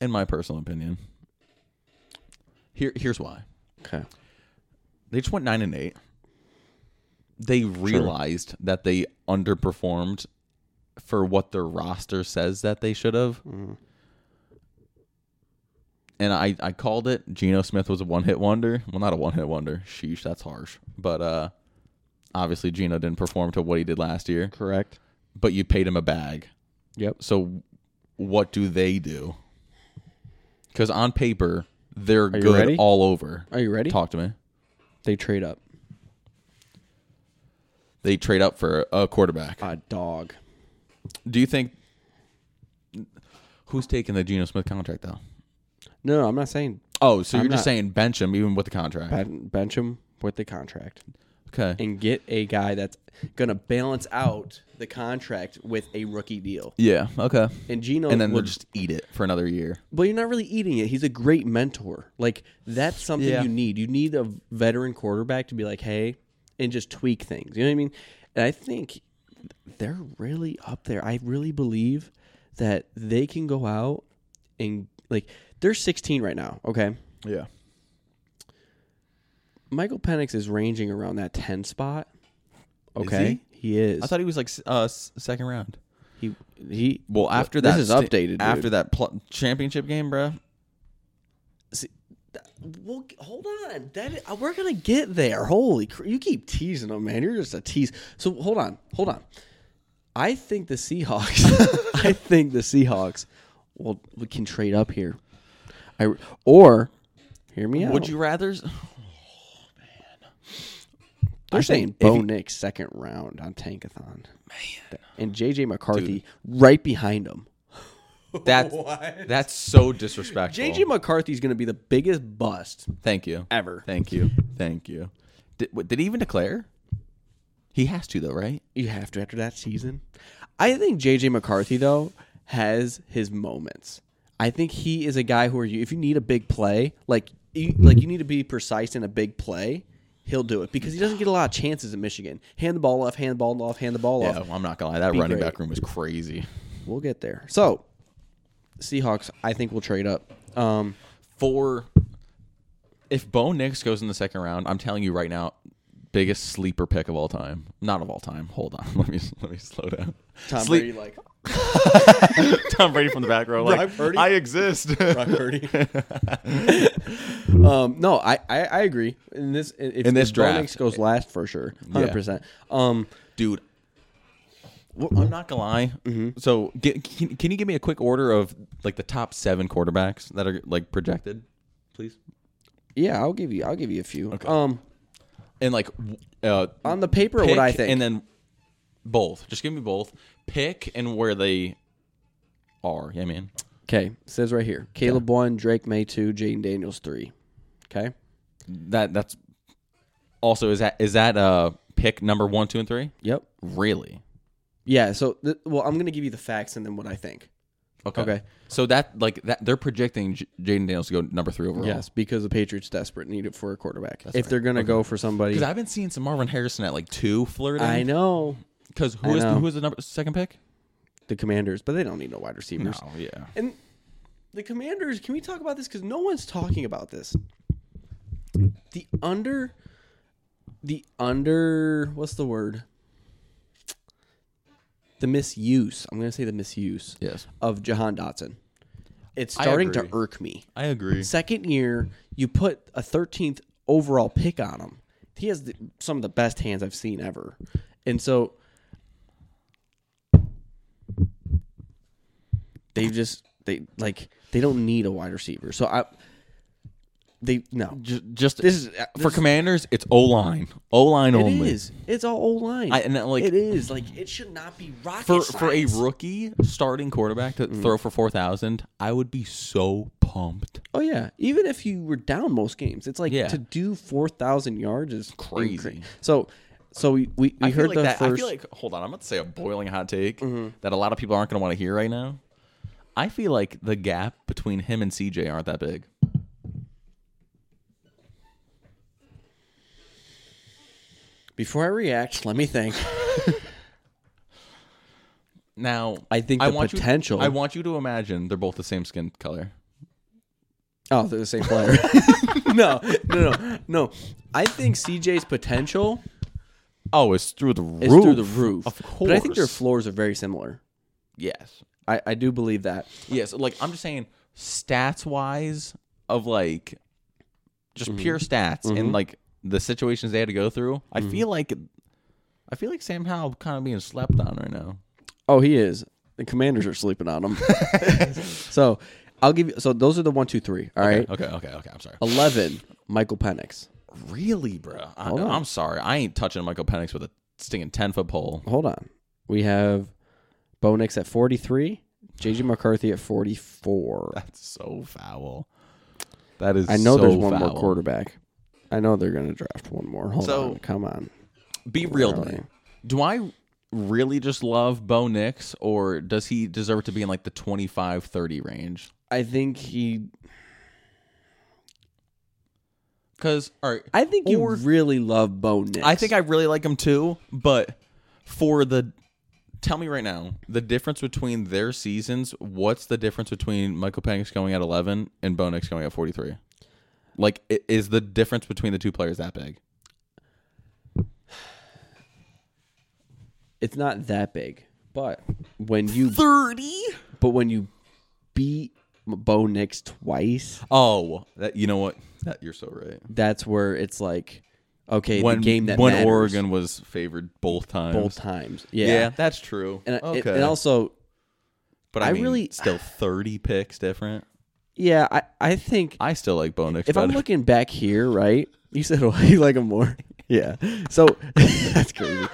Speaker 2: in my personal opinion. Here, here's why.
Speaker 1: Okay.
Speaker 2: They just went nine and eight. They realized that they underperformed for what their roster says that they should have.
Speaker 1: Mm-hmm.
Speaker 2: And I, I called it. Geno Smith was a one hit wonder. Well, not a one hit wonder. Sheesh, that's harsh. But uh, obviously, Geno didn't perform to what he did last year.
Speaker 1: Correct.
Speaker 2: But you paid him a bag.
Speaker 1: Yep.
Speaker 2: So what do they do? Because on paper, they're
Speaker 1: you
Speaker 2: good
Speaker 1: ready?
Speaker 2: all over.
Speaker 1: Are you ready?
Speaker 2: Talk to me.
Speaker 1: They trade up.
Speaker 2: They trade up for a quarterback.
Speaker 1: A dog.
Speaker 2: Do you think who's taking the Geno Smith contract though?
Speaker 1: No, no, I'm not saying
Speaker 2: Oh, so
Speaker 1: I'm
Speaker 2: you're just
Speaker 1: not-
Speaker 2: saying bench him even with the contract?
Speaker 1: ben- bench him with the contract
Speaker 2: Okay.
Speaker 1: and get a guy that's gonna balance out the contract with a rookie deal.
Speaker 2: Yeah. Okay.
Speaker 1: And Geno
Speaker 2: And then
Speaker 1: would
Speaker 2: we'll just eat it for another year.
Speaker 1: but you're not really eating it. He's a great mentor. Like that's something
Speaker 2: Yeah.
Speaker 1: you need. You need a veteran quarterback to be like, hey, and just tweak things. You know what I mean? And I think they're really up there. I really believe that they can go out and like they're 16 right now. Okay,
Speaker 2: Yeah.
Speaker 1: Michael Penix is ranging around that 10 spot.
Speaker 2: Is
Speaker 1: Okay, he? is.
Speaker 2: I thought he was like s- uh, s- second round.
Speaker 1: he he.
Speaker 2: Well, after that,
Speaker 1: this is
Speaker 2: sti-
Speaker 1: updated.
Speaker 2: After
Speaker 1: After
Speaker 2: that pl- championship game, bruh.
Speaker 1: well, hold on. That is, uh, we're gonna get there. Holy, cr- you keep teasing them, man. You're just a tease. So hold on, hold on. I think the Seahawks. I think the Seahawks. Well, we can trade up here. I or hear me out.
Speaker 2: Would you rather? s-
Speaker 1: They're
Speaker 2: I
Speaker 1: saying
Speaker 2: think if
Speaker 1: Bo
Speaker 2: you-
Speaker 1: Nix second round on Tankathon. Man, and JJ McCarthy right behind him.
Speaker 2: That's that's so disrespectful.
Speaker 1: JJ McCarthy's going to be the biggest bust
Speaker 2: Thank you.
Speaker 1: ever.
Speaker 2: Thank you. Thank you. Did, what, did he even declare? He has to though, right?
Speaker 1: You have to after that season. I think JJ McCarthy though has his moments. I think he is a guy who are you if you need a big play, like you, like you need to be precise in a big play, he'll do it because he doesn't get a lot of chances in Michigan. Hand the ball off, hand the ball off, hand the ball off.
Speaker 2: Yeah, Oh, I'm not gonna lie. That running
Speaker 1: great.
Speaker 2: back room is crazy.
Speaker 1: We'll get there. So, Seahawks, I think will trade up. Um,
Speaker 2: For if Bo Nix goes in the second round, I'm telling you right now, biggest sleeper pick of all time. Not of all time. Hold on. Let me let me slow down.
Speaker 1: Tom
Speaker 2: Sleep-
Speaker 1: Brady, like
Speaker 2: Tom Brady from the back row.
Speaker 1: Brock
Speaker 2: Like
Speaker 1: Purdy?
Speaker 2: I exist.
Speaker 1: Brock Purdy. um, no, I, I, I agree. In this, if,
Speaker 2: In this
Speaker 1: if Bo
Speaker 2: draft.
Speaker 1: Nix goes last for sure, hundred percent. Um,
Speaker 2: dude. I'm not gonna lie.
Speaker 1: Mm-hmm.
Speaker 2: So, get, can, can you give me a quick order of like the top seven quarterbacks that are like projected, please?
Speaker 1: yeah, I'll give you, I'll give you a few. Um,
Speaker 2: And like, w- uh,
Speaker 1: on the paper, what I
Speaker 2: pick
Speaker 1: think,
Speaker 2: and then both. Just give me both. Pick and where they are. Yeah, man.
Speaker 1: okay, says right here, Caleb one, Drake May two, Jaden Daniels three. Okay,
Speaker 2: That that's also is that is that uh pick number one, two, and three?
Speaker 1: yep,
Speaker 2: Really?
Speaker 1: yeah. So, th- well, I'm gonna give you the facts and then what I think.
Speaker 2: Okay.
Speaker 1: Okay.
Speaker 2: So that like that they're projecting J- Jaden Daniels to go number three overall.
Speaker 1: Yes, because the Patriots desperate need it for a quarterback. if they're gonna go for somebody,
Speaker 2: Because I've been seeing some Marvin Harrison at like two flirting.
Speaker 1: I know
Speaker 2: Because who is
Speaker 1: know.
Speaker 2: who is the number second pick?
Speaker 1: the Commanders, but they don't need no wide receivers.
Speaker 2: Oh yeah.
Speaker 1: And the Commanders, can we talk about this? Because no one's talking about this. The under, the under, what's the word? The misuse. I'm going to say the misuse
Speaker 2: Yes.
Speaker 1: of Jahan Dotson. It's
Speaker 2: I
Speaker 1: starting to
Speaker 2: agree.
Speaker 1: irk me.
Speaker 2: I agree.
Speaker 1: Second year, you put a 13th overall pick on him. He has the, some of the best hands I've seen ever. And so they just they like they don't need a wide receiver. So I They no.
Speaker 2: J- just
Speaker 1: This is uh,
Speaker 2: for
Speaker 1: this-
Speaker 2: commanders, it's O line, O line
Speaker 1: It
Speaker 2: only.
Speaker 1: is. It's all old line.
Speaker 2: I- and that, like-
Speaker 1: it is. Like it should not be rocket
Speaker 2: For for a
Speaker 1: science.
Speaker 2: rookie starting quarterback
Speaker 1: Mm.
Speaker 2: to throw for four thousand, I would be so pumped.
Speaker 1: Oh yeah, even if you were down most games, it's like
Speaker 2: Yeah.
Speaker 1: to do four thousand yards is
Speaker 2: Crazy.
Speaker 1: incre- So, so we we, we
Speaker 2: I feel
Speaker 1: heard
Speaker 2: like
Speaker 1: the
Speaker 2: that, I
Speaker 1: first. Mm-hmm.
Speaker 2: feel like hold on, I'm about to say a boiling hot take that a lot of people aren't going to want to hear right now. I feel like the gap between him and CJ aren't that big.
Speaker 1: Before I react, let me think.
Speaker 2: Now,
Speaker 1: I think the
Speaker 2: want you-
Speaker 1: potential-
Speaker 2: I want you to imagine they're both the same skin color.
Speaker 1: Oh, they're the same player. no, no, no, no. I think CJ's potential
Speaker 2: Oh, it's through the
Speaker 1: is
Speaker 2: roof.
Speaker 1: through the roof.
Speaker 2: Of
Speaker 1: but I think their
Speaker 2: course.
Speaker 1: floors are very similar.
Speaker 2: Yes.
Speaker 1: I, I do believe that.
Speaker 2: Yes. Like I'm just saying, stats wise, of like just
Speaker 1: Mm-hmm.
Speaker 2: pure stats and like the situations they had to go through. I
Speaker 1: Mm-hmm.
Speaker 2: feel like, I feel like Sam Howell kind of being slept on right now.
Speaker 1: Oh, he is. The Commanders are sleeping on him. so, I'll give you. So those are the one, two, three. All right.
Speaker 2: Okay. Okay. Okay. I'm sorry.
Speaker 1: Eleven. Michael Penix.
Speaker 2: Really, bro? I,
Speaker 1: Hold on.
Speaker 2: I'm sorry. I ain't touching Michael Penix with a stinking ten foot pole.
Speaker 1: Hold on. We have Bo Nix at forty three. JJ McCarthy at forty four.
Speaker 2: That's so foul. That is.
Speaker 1: I know
Speaker 2: so
Speaker 1: there's one more
Speaker 2: foul.
Speaker 1: quarterback. I know they're going to draft one more. Hold
Speaker 2: So-
Speaker 1: on. Come on.
Speaker 2: Be real to me. Do I really just love Bo Nix, or does he deserve to be in like the 25 30 range?
Speaker 1: I think he
Speaker 2: Because, all right,
Speaker 1: I think you really love Bo Nix.
Speaker 2: I think I really like him too, but for the. Tell me right now, the difference between their seasons, what's the difference between Michael Penix going at 11 and Bo Nix going at 43? Like, i- is the difference between the two players that big?
Speaker 1: it's not that big, but when you
Speaker 2: 30?
Speaker 1: but when you beat Bo Nix twice,
Speaker 2: Oh, that, you know what? That, you're so right.
Speaker 1: that's where it's like, okay,
Speaker 2: When,
Speaker 1: the game that
Speaker 2: when
Speaker 1: matters
Speaker 2: Oregon was favored both times.
Speaker 1: both times, yeah.
Speaker 2: that's true.
Speaker 1: And, I-
Speaker 2: okay.
Speaker 1: and also,
Speaker 2: but I,
Speaker 1: I
Speaker 2: really
Speaker 1: really-
Speaker 2: still thirty picks different.
Speaker 1: yeah, I I think
Speaker 2: I still like Bo Nix
Speaker 1: if I'm
Speaker 2: better.
Speaker 1: looking back here, right, you said oh, you like him more, yeah. So that's crazy.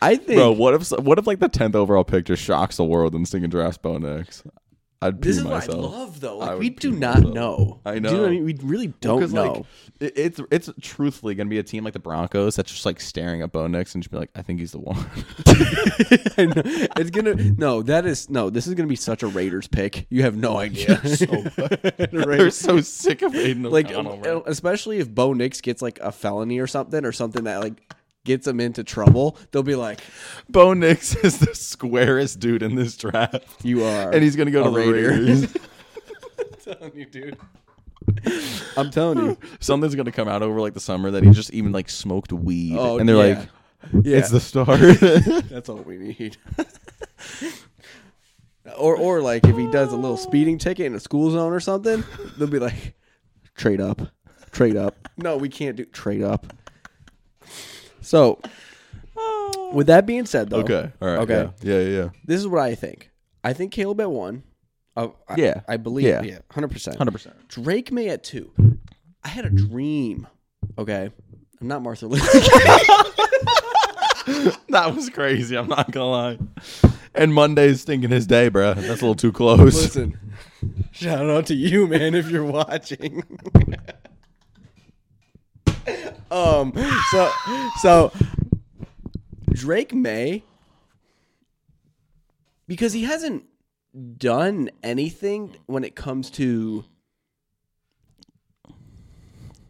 Speaker 1: I think
Speaker 2: Bro, what if what if like the tenth overall pick just shocks the world and singing drafts Bo Nix? I'd pee
Speaker 1: this is
Speaker 2: myself.
Speaker 1: what I love, though.
Speaker 2: I
Speaker 1: Like,
Speaker 2: would
Speaker 1: we do
Speaker 2: pee
Speaker 1: not
Speaker 2: myself.
Speaker 1: know.
Speaker 2: I
Speaker 1: Do you know what I
Speaker 2: know.
Speaker 1: mean? We really don't
Speaker 2: Because
Speaker 1: know.
Speaker 2: like it, it's it's truthfully gonna be a team like the Broncos that's just like staring at Bo Nix and just be like, I think he's the one.
Speaker 1: I know. It's gonna no. That is no. This is gonna be such a Raiders pick. You have no idea.
Speaker 2: They're so sick of Aiden
Speaker 1: like
Speaker 2: O'Connell,
Speaker 1: um,
Speaker 2: bro.
Speaker 1: especially if Bo Nix gets like a felony or something or something that like gets him into trouble, they'll be like,
Speaker 2: Bo Nix is the squarest dude in this draft,
Speaker 1: "You are."
Speaker 2: and he's gonna go
Speaker 1: a
Speaker 2: to the
Speaker 1: Raider.
Speaker 2: Raiders.
Speaker 1: telling you, dude. I'm telling you.
Speaker 2: something's gonna come out over like the summer that he just even like smoked weed,
Speaker 1: Oh,
Speaker 2: and they're
Speaker 1: yeah.
Speaker 2: like,
Speaker 1: Yeah,
Speaker 2: "It's the star."
Speaker 1: that's all we need. or or like if he does a little speeding ticket in a school zone or something, they'll be like, "Trade up, trade up." No, we can't do trade up. So, with that being said, though,
Speaker 2: okay, all right,
Speaker 1: Okay.
Speaker 2: yeah, yeah, yeah,
Speaker 1: this is what I think. I think Caleb at one. Uh, I-
Speaker 2: Yeah.
Speaker 1: I believe.
Speaker 2: Yeah.
Speaker 1: Yeah, hundred percent.
Speaker 2: hundred percent.
Speaker 1: Drake May at two. I had a dream. Okay, I'm not Martha Lee.
Speaker 2: That was crazy. I'm not gonna lie. And Monday's stinking his day, bruh. That's a little too close.
Speaker 1: Listen, shout out to you, man, if you're watching. um, so, so Drake May, because he hasn't done anything when it comes to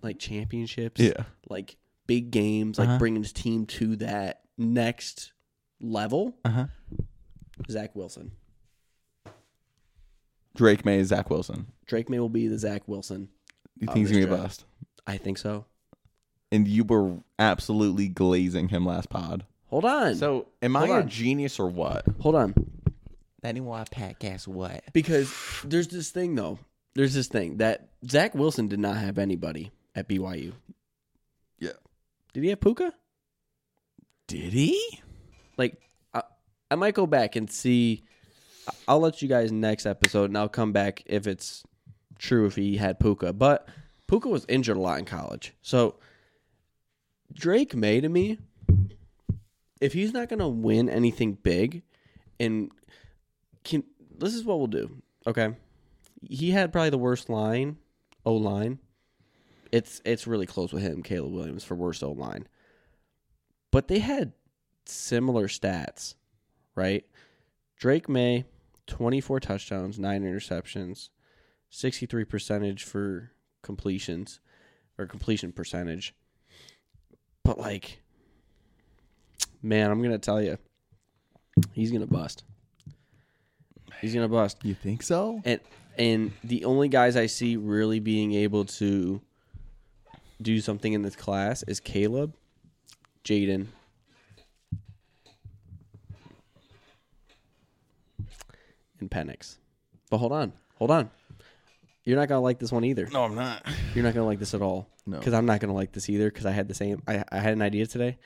Speaker 1: like championships,
Speaker 2: Yeah. Uh-huh.
Speaker 1: like big games, like bringing his team to that next level.
Speaker 2: Uh-huh.
Speaker 1: Zach Wilson.
Speaker 2: Drake May, Zach Wilson.
Speaker 1: Drake May will be the Zach Wilson.
Speaker 2: You think he's
Speaker 1: this
Speaker 2: gonna be
Speaker 1: draft.
Speaker 2: bust?
Speaker 1: I think so.
Speaker 2: And you were absolutely glazing him last pod.
Speaker 1: Hold on.
Speaker 2: So, am
Speaker 1: Hold
Speaker 2: I a
Speaker 1: on.
Speaker 2: genius or what?
Speaker 1: Hold on.
Speaker 2: That new podcast, what?
Speaker 1: Because there's this thing though. There's this thing that Zach Wilson did not have anybody at BYU.
Speaker 2: Yeah.
Speaker 1: Did he have Puka?
Speaker 2: Did he?
Speaker 1: Like I, I might go back and see I- I'll let you guys next episode and I'll come back if it's true if he had Puka. But Puka was injured a lot in college. So Drake May to me, if he's not gonna win anything big, and can this is what we'll do. Okay. He had probably the worst line, O line. It's it's really close with him, Caleb Williams, for worst O line. But they had similar stats, right? Drake May, 24 touchdowns, nine interceptions, 63 percentage for completions or completion percentage. But like man, I'm going to tell you he's going to bust. He's going to bust.
Speaker 2: You think so?
Speaker 1: And and the only guys I see really being able to do something in this class is Caleb, Jaden. And Penix. But hold on. Hold on. You're not gonna like this one either.
Speaker 2: No, I'm not.
Speaker 1: You're not gonna like this at all.
Speaker 2: No.
Speaker 1: Because I'm not gonna like this either, because I had the same I, I had an idea today.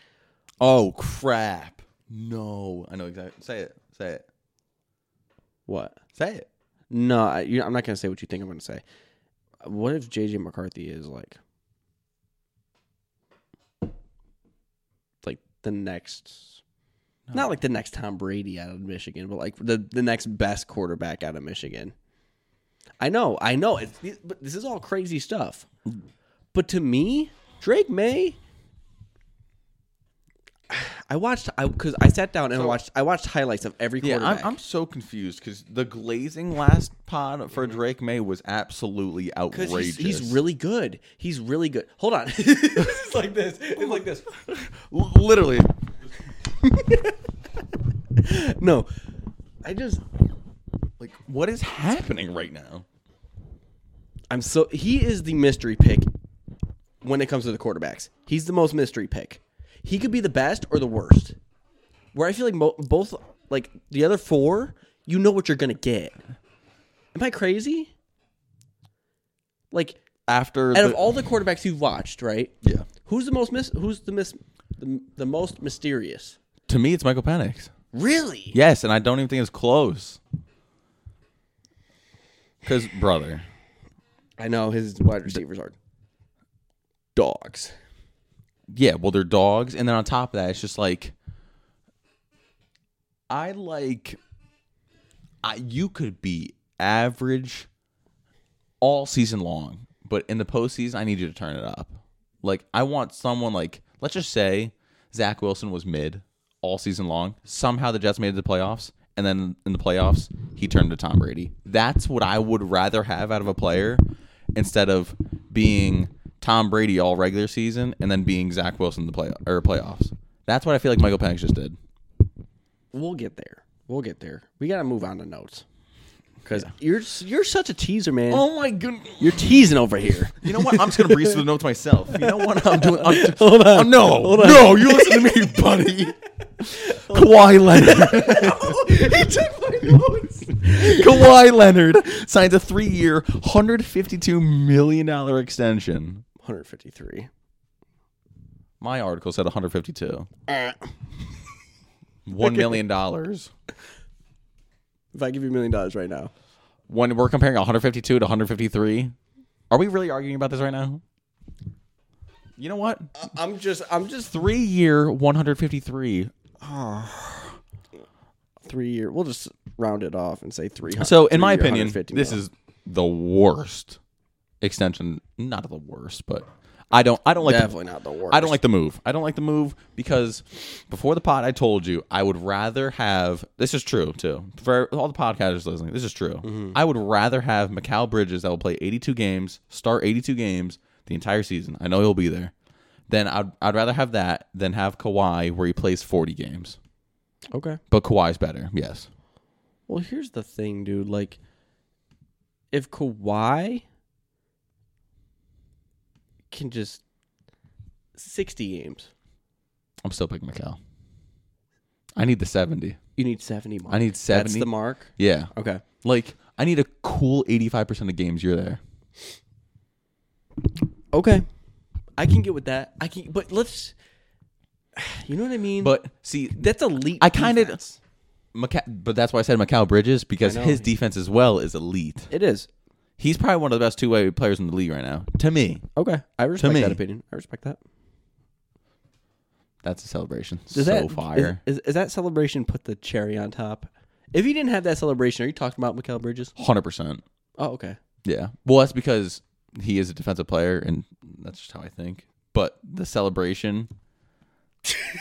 Speaker 2: Oh crap! No, I know exactly. Say it. Say it.
Speaker 1: What?
Speaker 2: Say it.
Speaker 1: No, I, you I'm not gonna say what you think I'm gonna say. What if JJ McCarthy is like, like the next, not like the next Tom Brady out of Michigan, but like the the next best quarterback out of Michigan. I know, I know, it's, these- but this is all crazy stuff. But to me, Drake May. I watched I because I sat down and watched I watched highlights of every
Speaker 2: Yeah,
Speaker 1: quarterback.
Speaker 2: I'm, I'm so confused because the glazing last pod for Drake May was absolutely
Speaker 1: Because
Speaker 2: outrageous.
Speaker 1: he's, he's really good. He's really good. Hold on. it's like this. It's like this.
Speaker 2: L- literally.
Speaker 1: No. I just
Speaker 2: Like, what is happening right now?
Speaker 1: I'm so he is the mystery pick when it comes to the quarterbacks. He's the most mystery pick. He could be the best or the worst. Where I feel like mo- both like the other four, you know what you're going to get. Am I crazy? Like
Speaker 2: After
Speaker 1: out
Speaker 2: the,
Speaker 1: of all the quarterbacks you've watched, right?
Speaker 2: yeah,
Speaker 1: Who's the most mis- who's the mis- the, the most mysterious?
Speaker 2: to me it's Michael Penix.
Speaker 1: Really?
Speaker 2: Yes, and I don't even think it's close. Because brother,
Speaker 1: I know his wide receivers are dogs.
Speaker 2: yeah, well they're dogs, and then on top of that, it's just like I like I you could be average all season long, but in the postseason, I need you to turn it up. Like I want someone like let's just say Zach Wilson was mid all season long. Somehow the Jets made it to the playoffs, and then in the playoffs he turned to Tom Brady. That's what I would rather have out of a player instead of being Tom Brady all regular season and then being Zach Wilson in the play or playoffs. That's what I feel like Michael Penix just did.
Speaker 1: We'll get there. We'll get there. We gotta move on to notes because you're you're such a teaser, man.
Speaker 2: Oh my goodness.
Speaker 1: You're teasing over here.
Speaker 2: You know what? I'm just gonna breeze through the notes myself. You know what? I'm doing. I'm just,
Speaker 1: Hold on.
Speaker 2: Oh, no, no, you listen to me, buddy. Kawhi Leonard.
Speaker 1: he took my notes.
Speaker 2: Kawhi Leonard signs a three-year, 152 million dollar extension.
Speaker 1: 153.
Speaker 2: My article said 152.
Speaker 1: Eh.
Speaker 2: One million dollars.
Speaker 1: If I give you a million dollars right now,
Speaker 2: When we're comparing 152 to 153, are we really arguing about this right now? You know what?
Speaker 1: I'm just I'm just
Speaker 2: Three-year, 153.
Speaker 1: three year. We'll just round it off and say three hundred.
Speaker 2: So, in my opinion, this is the worst extension. Not the worst, but I don't. I don't like. The,
Speaker 1: definitely not the worst.
Speaker 2: I don't like the move. I don't like the move because before the pod, I told you I would rather have. This is true too for all the podcasters listening. This is true.
Speaker 1: Mm-hmm.
Speaker 2: I would rather have Macau Bridges that will play 82 games, start 82 games the entire season. I know he'll be there. Then I'd I'd rather have that than have Kawhi where he plays 40 games.
Speaker 1: okay.
Speaker 2: But Kawhi's better. Yes.
Speaker 1: Well, here's the thing, dude. Like, if Kawhi can just 60 games,
Speaker 2: I'm still picking Mikel. I need the 70.
Speaker 1: you need 70 mark.
Speaker 2: I need 70.
Speaker 1: That's the mark.
Speaker 2: yeah.
Speaker 1: Okay.
Speaker 2: Like, I need a cool 85% of games you're there.
Speaker 1: Okay. I can get with that. I can, but let's. You know what I mean?
Speaker 2: But see,
Speaker 1: that's elite.
Speaker 2: I kinda-
Speaker 1: defense.
Speaker 2: Maca- but that's why I said Macau Bridges because
Speaker 1: I know.
Speaker 2: his defense as well is elite.
Speaker 1: It is.
Speaker 2: He's probably one of the best two way players in the league right now. To me,
Speaker 1: Okay, I respect
Speaker 2: me.
Speaker 1: that opinion. I respect that.
Speaker 2: that's a celebration.
Speaker 1: Does
Speaker 2: so
Speaker 1: that is-
Speaker 2: fire.
Speaker 1: Is, is that celebration put the cherry on top? If you didn't have that celebration, are you talking about Mikael Bridges?
Speaker 2: Hundred percent.
Speaker 1: Oh, okay.
Speaker 2: Yeah. Well, that's because he is a defensive player, and that's just how I think. But the celebration,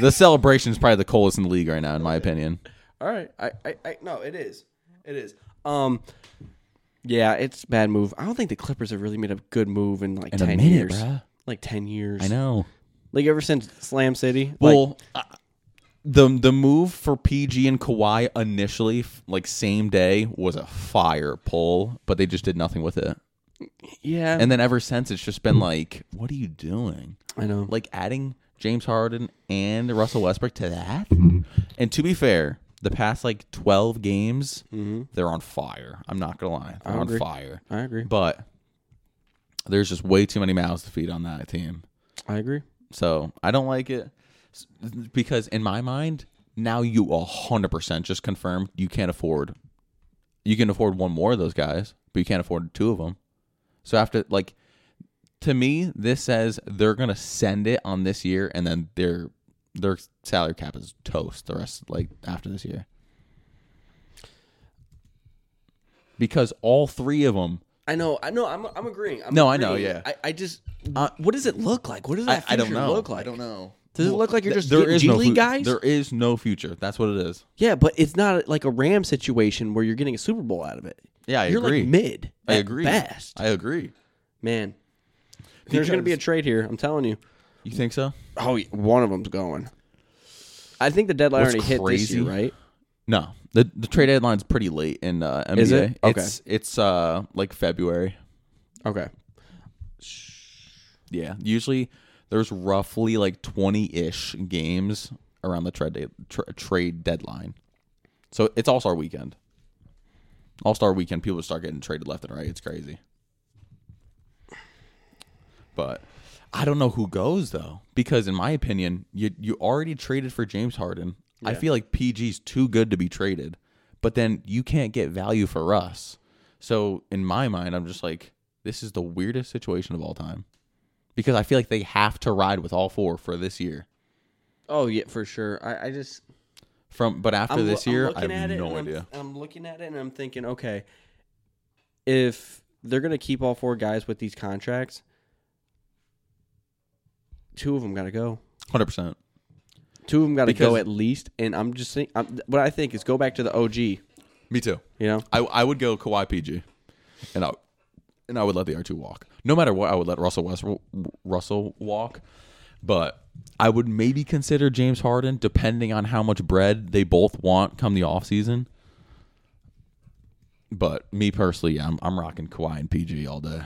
Speaker 2: the celebration is probably the coldest in the league right now, in my opinion.
Speaker 1: All right. I, I, I no, it is. It is. Um yeah, it's a bad move. I don't think the Clippers have really made a good move in like
Speaker 2: In a
Speaker 1: 10
Speaker 2: minute,
Speaker 1: years.
Speaker 2: bruh.
Speaker 1: Like 10 years.
Speaker 2: I know.
Speaker 1: Like ever since Slam City. like,
Speaker 2: Well, uh, the the move for PG and Kawhi initially, f- like same day, was a fire pull, but they just did nothing with it.
Speaker 1: yeah.
Speaker 2: And then ever since, it's just been like, what are you doing?
Speaker 1: I know.
Speaker 2: Like adding James Harden and Russell Westbrook to that. And to be fair, the past like twelve games, they're on fire. I'm not gonna lie, they're on
Speaker 1: agree.
Speaker 2: fire.
Speaker 1: Mm-hmm. I agree.
Speaker 2: But there's just way too many mouths to feed on that team.
Speaker 1: I agree.
Speaker 2: So I don't like it S- because in my mind now you a hundred percent just confirmed you can't afford. You can afford one more of those guys, but you can't afford two of them. So after like, to me, this says they're gonna send it on this year, and then their their salary cap is toast the rest like after this year. Because all three of them,
Speaker 1: I know. I know. I'm, I'm agreeing. I'm
Speaker 2: No, I know,
Speaker 1: agreeing.
Speaker 2: yeah.
Speaker 1: I, I just. what does it look like? What does
Speaker 2: I,
Speaker 1: that
Speaker 2: I don't
Speaker 1: future
Speaker 2: know.
Speaker 1: look like?
Speaker 2: I don't know.
Speaker 1: Does it look like you're
Speaker 2: th-
Speaker 1: just getting G
Speaker 2: no
Speaker 1: League
Speaker 2: fu-
Speaker 1: guys?
Speaker 2: There is no future. That's what it is.
Speaker 1: Yeah, but it's not like a Ram situation where you're getting a Super Bowl out of it.
Speaker 2: Yeah, I
Speaker 1: you're
Speaker 2: agree.
Speaker 1: like mid.
Speaker 2: I
Speaker 1: at
Speaker 2: agree.
Speaker 1: Best
Speaker 2: I agree.
Speaker 1: man. There's going to be a
Speaker 2: Because-
Speaker 1: trade here. I'm telling you.
Speaker 2: You think so?
Speaker 1: Oh, yeah, one of them's going. I think the deadline
Speaker 2: What's
Speaker 1: already hit this
Speaker 2: crazy-
Speaker 1: year, right?
Speaker 2: No. The the trade deadline's pretty late in uh, NBA.
Speaker 1: Is it? Okay.
Speaker 2: It's it's uh like February.
Speaker 1: Okay.
Speaker 2: Yeah. Usually there's roughly like 20-ish games around the trade day, tra- trade deadline. So it's All-Star weekend. All-Star weekend people start getting traded left and right. It's crazy. But I don't know who goes though because in my opinion, you you already traded for James Harden. I feel like PG's too good to be traded. But then you can't get value for Russ. So in my mind, I'm just like this is the weirdest situation of all time because I feel like they have to ride with all four for this year.
Speaker 1: Oh yeah, for sure. I, I just
Speaker 2: From but after
Speaker 1: I'm,
Speaker 2: this
Speaker 1: loo- I'm
Speaker 2: year, I
Speaker 1: looking
Speaker 2: have
Speaker 1: at it
Speaker 2: no
Speaker 1: and I'm-
Speaker 2: idea.
Speaker 1: I'm, looking at it and I'm thinking, okay, if they're going to keep all four guys with these contracts, two of them got to go.
Speaker 2: Hundred percent.
Speaker 1: Two of them got to go
Speaker 2: Because-
Speaker 1: at least. And I'm just think, I'm, what I think is go back to the OG. You
Speaker 2: Me too.
Speaker 1: know,
Speaker 2: I I would go Kawhi PG, and I and I would let the R two walk. No matter what, I would let Russell West Russell walk, but I would maybe consider James Harden depending on how much bread they both want come the off season. But me personally, yeah, I'm I'm rocking Kawhi and PG all day.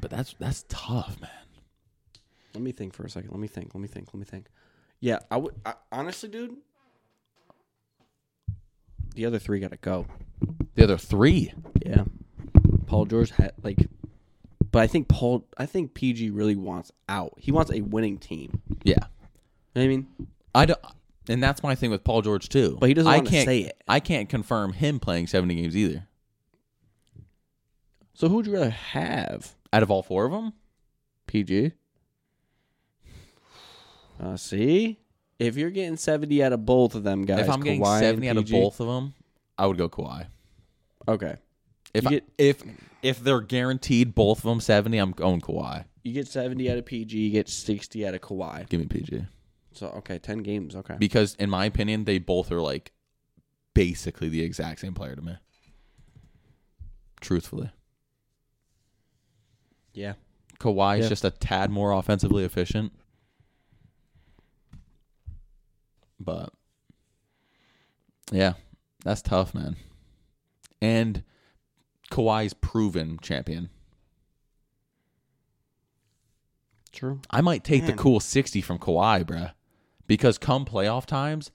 Speaker 2: But that's that's tough, man.
Speaker 1: let me think for a second. Let me think. Let me think. Let me think. Yeah, I would I, honestly, dude. The other three got to go.
Speaker 2: The other three.
Speaker 1: Yeah. Paul George had like but I think Paul I think PG really wants out. He wants a winning team. You
Speaker 2: Yeah.
Speaker 1: know what I mean?
Speaker 2: I don't, and that's my thing with Paul George too.
Speaker 1: But he doesn't
Speaker 2: I
Speaker 1: wanna
Speaker 2: can't
Speaker 1: say it.
Speaker 2: I can't confirm him playing seventy games either.
Speaker 1: So who would you rather have?
Speaker 2: Out of all four of them,
Speaker 1: PG? Uh see? If you're getting 70 out of both of them guys,
Speaker 2: if I'm getting
Speaker 1: Kawhi and
Speaker 2: seventy out of
Speaker 1: PG
Speaker 2: both of them, I would go Kawhi.
Speaker 1: Okay.
Speaker 2: If
Speaker 1: You
Speaker 2: I-
Speaker 1: get-
Speaker 2: if if they're guaranteed both of them seventy, I'm going Kawhi.
Speaker 1: You get 70 out of PG, you get 60 out of Kawhi.
Speaker 2: Give me PG
Speaker 1: So okay, 10 games, okay.
Speaker 2: because in my opinion, they both are like basically the exact same player to me. Truthfully,
Speaker 1: yeah.
Speaker 2: Kawhi
Speaker 1: Yeah.
Speaker 2: is just a tad more offensively efficient, but yeah, that's tough, man. And Kawhi's proven champion.
Speaker 1: True.
Speaker 2: I might take the cool 60 from Kawhi, bruh. Because come playoff times,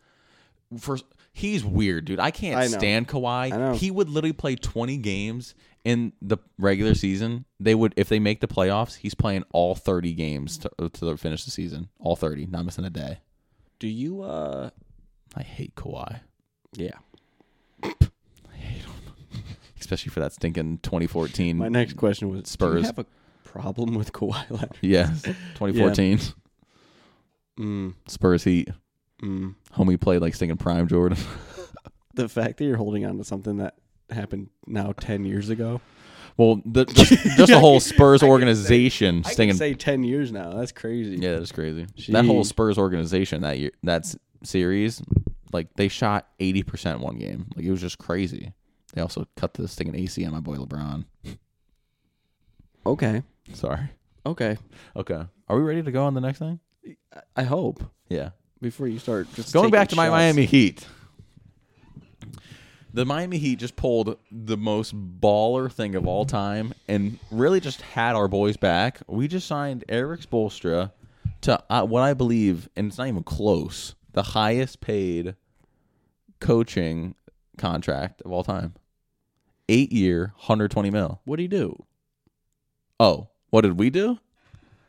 Speaker 2: first he's weird, dude. I can't
Speaker 1: I know.
Speaker 2: stand Kawhi.
Speaker 1: I know.
Speaker 2: He would literally play 20 games in the regular season. They would if they make the playoffs, he's playing all 30 games to, to finish the season. All 30, not missing a day.
Speaker 1: Do you uh
Speaker 2: I hate Kawhi.
Speaker 1: yeah.
Speaker 2: I hate him. especially for that stinking 2014.
Speaker 1: My next question was Do you
Speaker 2: Spurs.
Speaker 1: have a problem with Kawhi Leonard?
Speaker 2: yeah, 2014
Speaker 1: Mm,
Speaker 2: Spurs Heat.
Speaker 1: mm.
Speaker 2: Homie played like stinking prime Jordan.
Speaker 1: The fact that you're holding on to something that happened now 10 years ago.
Speaker 2: well, the, just, just the whole Spurs organization
Speaker 1: I
Speaker 2: stinking.
Speaker 1: can say 10 years now. That's crazy.
Speaker 2: yeah, that's crazy. That whole
Speaker 1: Jeez.
Speaker 2: Spurs organization that year, that s- series, like they shot 80% one game. Like it was just crazy. They also cut this stinking AC on my boy LeBron.
Speaker 1: Okay.
Speaker 2: Sorry.
Speaker 1: Okay.
Speaker 2: Okay. Are we ready to go on the next thing?
Speaker 1: I- I hope
Speaker 2: Yeah.
Speaker 1: before you start just
Speaker 2: Going back to
Speaker 1: taking
Speaker 2: my
Speaker 1: shots.
Speaker 2: Miami Heat. The Miami Heat just pulled the most baller thing of all time and really just had our boys back. We just signed Eric Spolstra to uh, what I believe, and it's not even close, the highest paid coaching contract of all time. Eight year, 120 mil.
Speaker 1: What do you do?
Speaker 2: Oh, what did we do?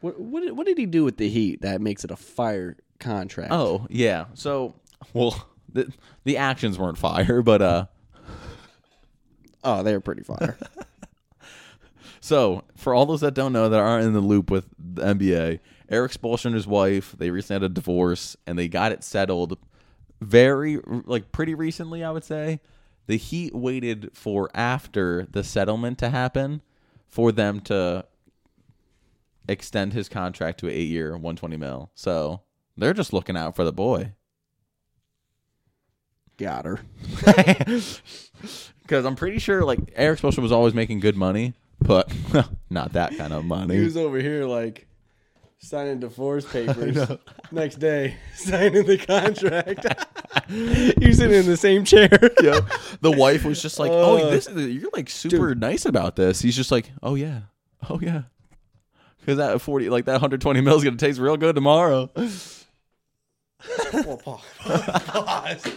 Speaker 1: What, what did- what did he do with the Heat that makes it a fire contract?
Speaker 2: Oh yeah. So well, the, the actions weren't fire, but uh,
Speaker 1: oh, they're pretty fire.
Speaker 2: so for all those that don't know that aren't in the loop with the NBA, Eric Spoelstra and his wife they recently had a divorce and they got it settled very like pretty recently, I would say. The Heat waited for after the settlement to happen for them to extend his contract to an eight year, one twenty mil. So they're just looking out for the boy.
Speaker 1: Got her.
Speaker 2: Because I'm pretty sure like Eric Spoelstra was always making good money, but not that kind of money.
Speaker 1: He was over here like signing divorce papers. Next day, signing the contract. he was sitting in the same chair.
Speaker 2: Yeah. The wife was just like, "Oh,
Speaker 1: Uh,
Speaker 2: this is, you're like super nice about this." He's just like, "Oh yeah, oh yeah," because that forty, like that 120 mil is gonna taste real good tomorrow.
Speaker 1: Well, pause.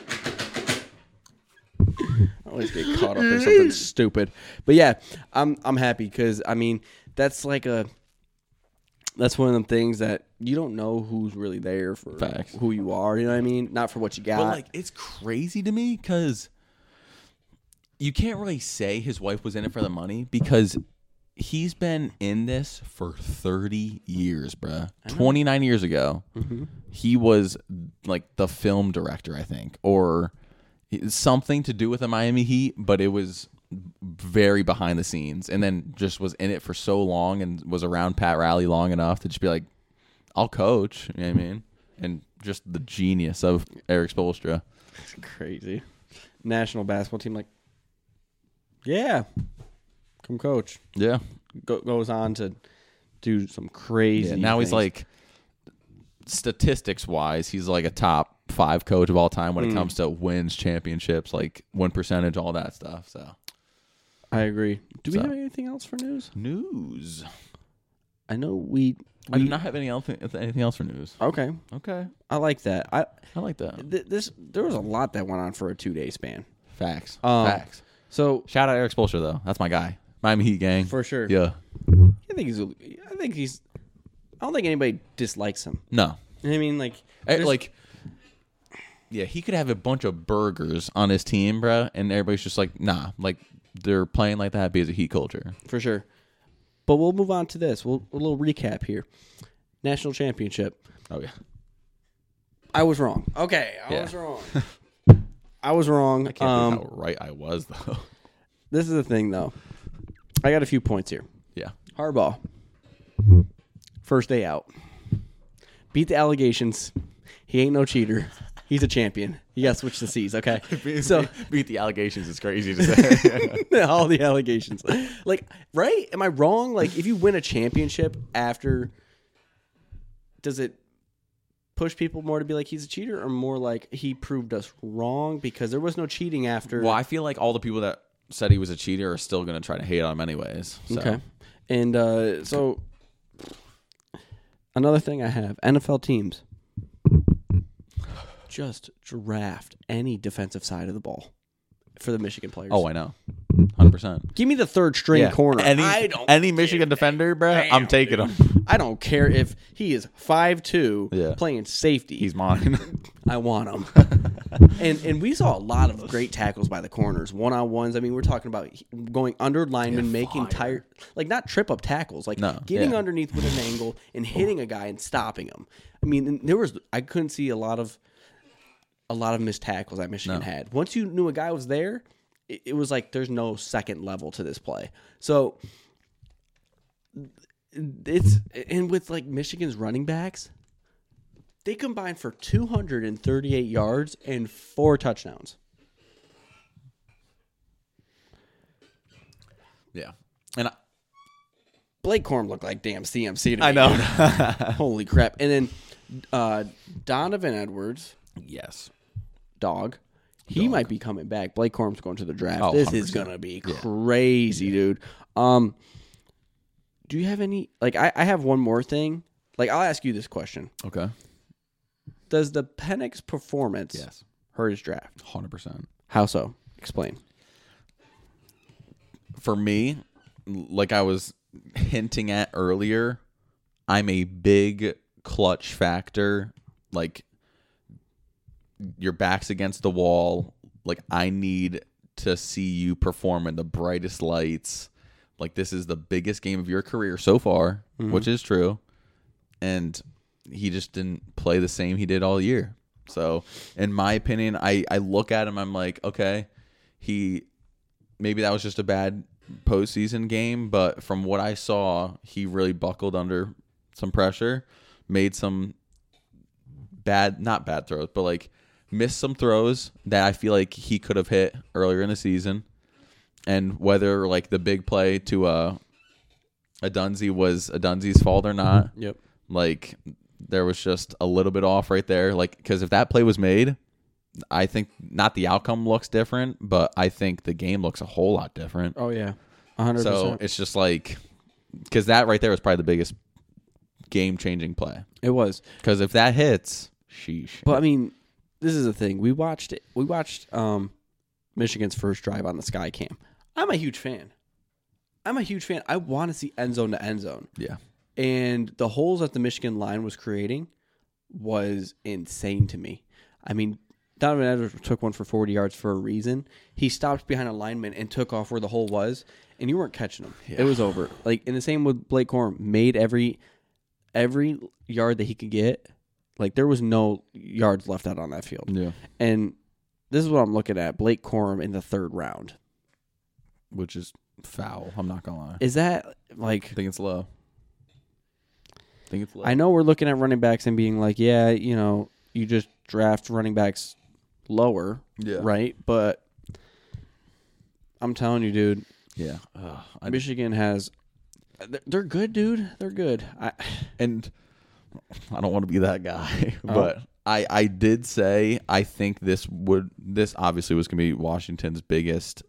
Speaker 1: I always get caught up in something stupid. But yeah, I'm I'm happy because I mean that's like a that's one of them things that you don't know who's really there for
Speaker 2: Facts.
Speaker 1: who you are. You know what I mean? Not for what you got.
Speaker 2: But like, it's crazy to me because you can't really say his wife was in it for the money because he's been in this for 30 years, bruh. 29 years ago, he was like the film director, I think, or something to do with the Miami Heat, but it was very behind the scenes and then just was in it for so long and was around Pat Riley long enough to just be like, I'll coach. You know what I mean? And just the genius of Eric Spolstra.
Speaker 1: It's crazy. National basketball team, like, yeah, come coach.
Speaker 2: Yeah.
Speaker 1: Go, goes on to do some crazy.
Speaker 2: now he's
Speaker 1: things.
Speaker 2: like, statistics wise, he's like a top five coach of all time when it comes to wins, championships, like win percentage, all that stuff. So,
Speaker 1: I agree. Do we
Speaker 2: So-
Speaker 1: have anything else for news?
Speaker 2: news.
Speaker 1: I know we.
Speaker 2: I do not have any else, anything else for news.
Speaker 1: Okay,
Speaker 2: Okay.
Speaker 1: I like that. I
Speaker 2: I like that.
Speaker 1: th- this there was a lot that went on for a two day span.
Speaker 2: Facts.
Speaker 1: Um,
Speaker 2: Facts.
Speaker 1: So
Speaker 2: Shout out Eric Spolstra, though. That's my guy. Miami Heat gang.
Speaker 1: for sure,
Speaker 2: Yeah.
Speaker 1: I think he's. I think he's. I don't think anybody dislikes him.
Speaker 2: No.
Speaker 1: You know what I mean, like,
Speaker 2: Eh,
Speaker 1: there's-
Speaker 2: like, yeah, he could have a bunch of burgers on his team, bruh, and everybody's just like, nah, like they're playing like that because of heat culture.
Speaker 1: for sure. But we'll move on to this. We'll a little recap here. National championship.
Speaker 2: Oh yeah,
Speaker 1: I was wrong. Okay, I
Speaker 2: Yeah.
Speaker 1: was wrong. I was wrong.
Speaker 2: can't
Speaker 1: um,
Speaker 2: believe how right I was though.
Speaker 1: This is the thing, though. I got a few points here.
Speaker 2: yeah,
Speaker 1: Harbaugh, first day out, beat the allegations. He ain't no cheater. He's a champion. You got to switch the C's, okay? So
Speaker 2: beat the allegations is crazy to say.
Speaker 1: all the allegations, like, right? Am I wrong? Like, if you win a championship after, does it push people more to be like he's a cheater, or more like he proved us wrong because there was no cheating after?
Speaker 2: well, I feel like all the people that said he was a cheater are still gonna try to hate on him anyways. So.
Speaker 1: Okay. And uh, so another thing I have NFL teams just draft any defensive side of the ball for the Michigan players.
Speaker 2: Oh, I know, hundred percent.
Speaker 1: give me the third string corner.
Speaker 2: Any
Speaker 1: I don't
Speaker 2: any Michigan defender, bruh, I'm taking him.
Speaker 1: I don't care if he is 5'2
Speaker 2: Yeah.
Speaker 1: playing safety.
Speaker 2: He's mine.
Speaker 1: I want him. and and we saw a lot of great tackles by the corners, one on ones. I mean, we're talking about he- going under linemen, making tire like not trip up tackles, like
Speaker 2: No,
Speaker 1: getting
Speaker 2: yeah.
Speaker 1: underneath with an angle and hitting a guy and stopping him. I mean, and there was I couldn't see a lot of a lot of missed tackles that Michigan had. Once you knew a guy was there, it, it was like there's no second level to this play. So it's and with like Michigan's running backs, they combined for 238 yards and four touchdowns.
Speaker 2: Yeah. And I,
Speaker 1: Blake Corm looked like damn CMC. To me.
Speaker 2: I know.
Speaker 1: Holy crap! And then uh, Donovan Edwards,
Speaker 2: yes.
Speaker 1: dog, he might be coming back. Blake Corm's going to the draft.
Speaker 2: Oh,
Speaker 1: this is gonna be crazy, dude. Um, do you have any? Like, I, I have one more thing. Like, I'll ask you this question:
Speaker 2: Okay.
Speaker 1: Does the Penix performance
Speaker 2: Yes.
Speaker 1: hurt his draft?
Speaker 2: 100%.
Speaker 1: How so? Explain.
Speaker 2: For me, like I was hinting at earlier, I'm a big clutch factor. Like your back's against the wall. Like I need to see you perform in the brightest lights. Like this is the biggest game of your career so far, which is true. And he just didn't play the same he did all year. So, in my opinion, I I look at him. I'm like, okay, he maybe that was just a bad postseason game, but from what I saw, he really buckled under some pressure, made some bad, not bad throws, but like missed some throws that I feel like he could have hit earlier in the season. And whether like the big play to uh, a Dunsey was a Dunsey's fault or not,
Speaker 1: Yep.
Speaker 2: like there was just a little bit off right there like because if that play was made i think not the outcome looks different but i think the game looks a whole lot different
Speaker 1: Oh yeah, 100.
Speaker 2: so
Speaker 1: percent
Speaker 2: it's just like because that right there was probably the biggest game changing play
Speaker 1: It was,
Speaker 2: because if that hits sheesh
Speaker 1: but I mean, this is the thing. We watched it. We watched um, Michigan's first drive on the Sky Cam. I'm a huge fan. I'm a huge fan. I want to see end zone to end zone,
Speaker 2: yeah
Speaker 1: and the holes that the Michigan line was creating was insane to me. I mean, Donovan Edwards took one for 40 yards for a reason. He stopped behind a lineman and took off where the hole was, and you weren't catching him. It was over. Like, and the same with Blake Corm. Made every every yard that he could get. Like, there was no yards left out on that field.
Speaker 2: yeah
Speaker 1: And this is what I'm looking at: Blake Corm in the third round.
Speaker 2: which is foul i'm not gonna lie
Speaker 1: Is that like?
Speaker 2: i think it's low i think it's low
Speaker 1: I know we're looking at running backs and being like, yeah, you know, you just draft running backs lower,
Speaker 2: yeah
Speaker 1: right? But I'm telling you, dude,
Speaker 2: yeah Ugh, I
Speaker 1: Michigan has. they're- They're good, dude. They're good. I,
Speaker 2: and I don't want to be that guy,
Speaker 1: Oh.
Speaker 2: but I I did say I think this would this obviously was going to be Washington's biggest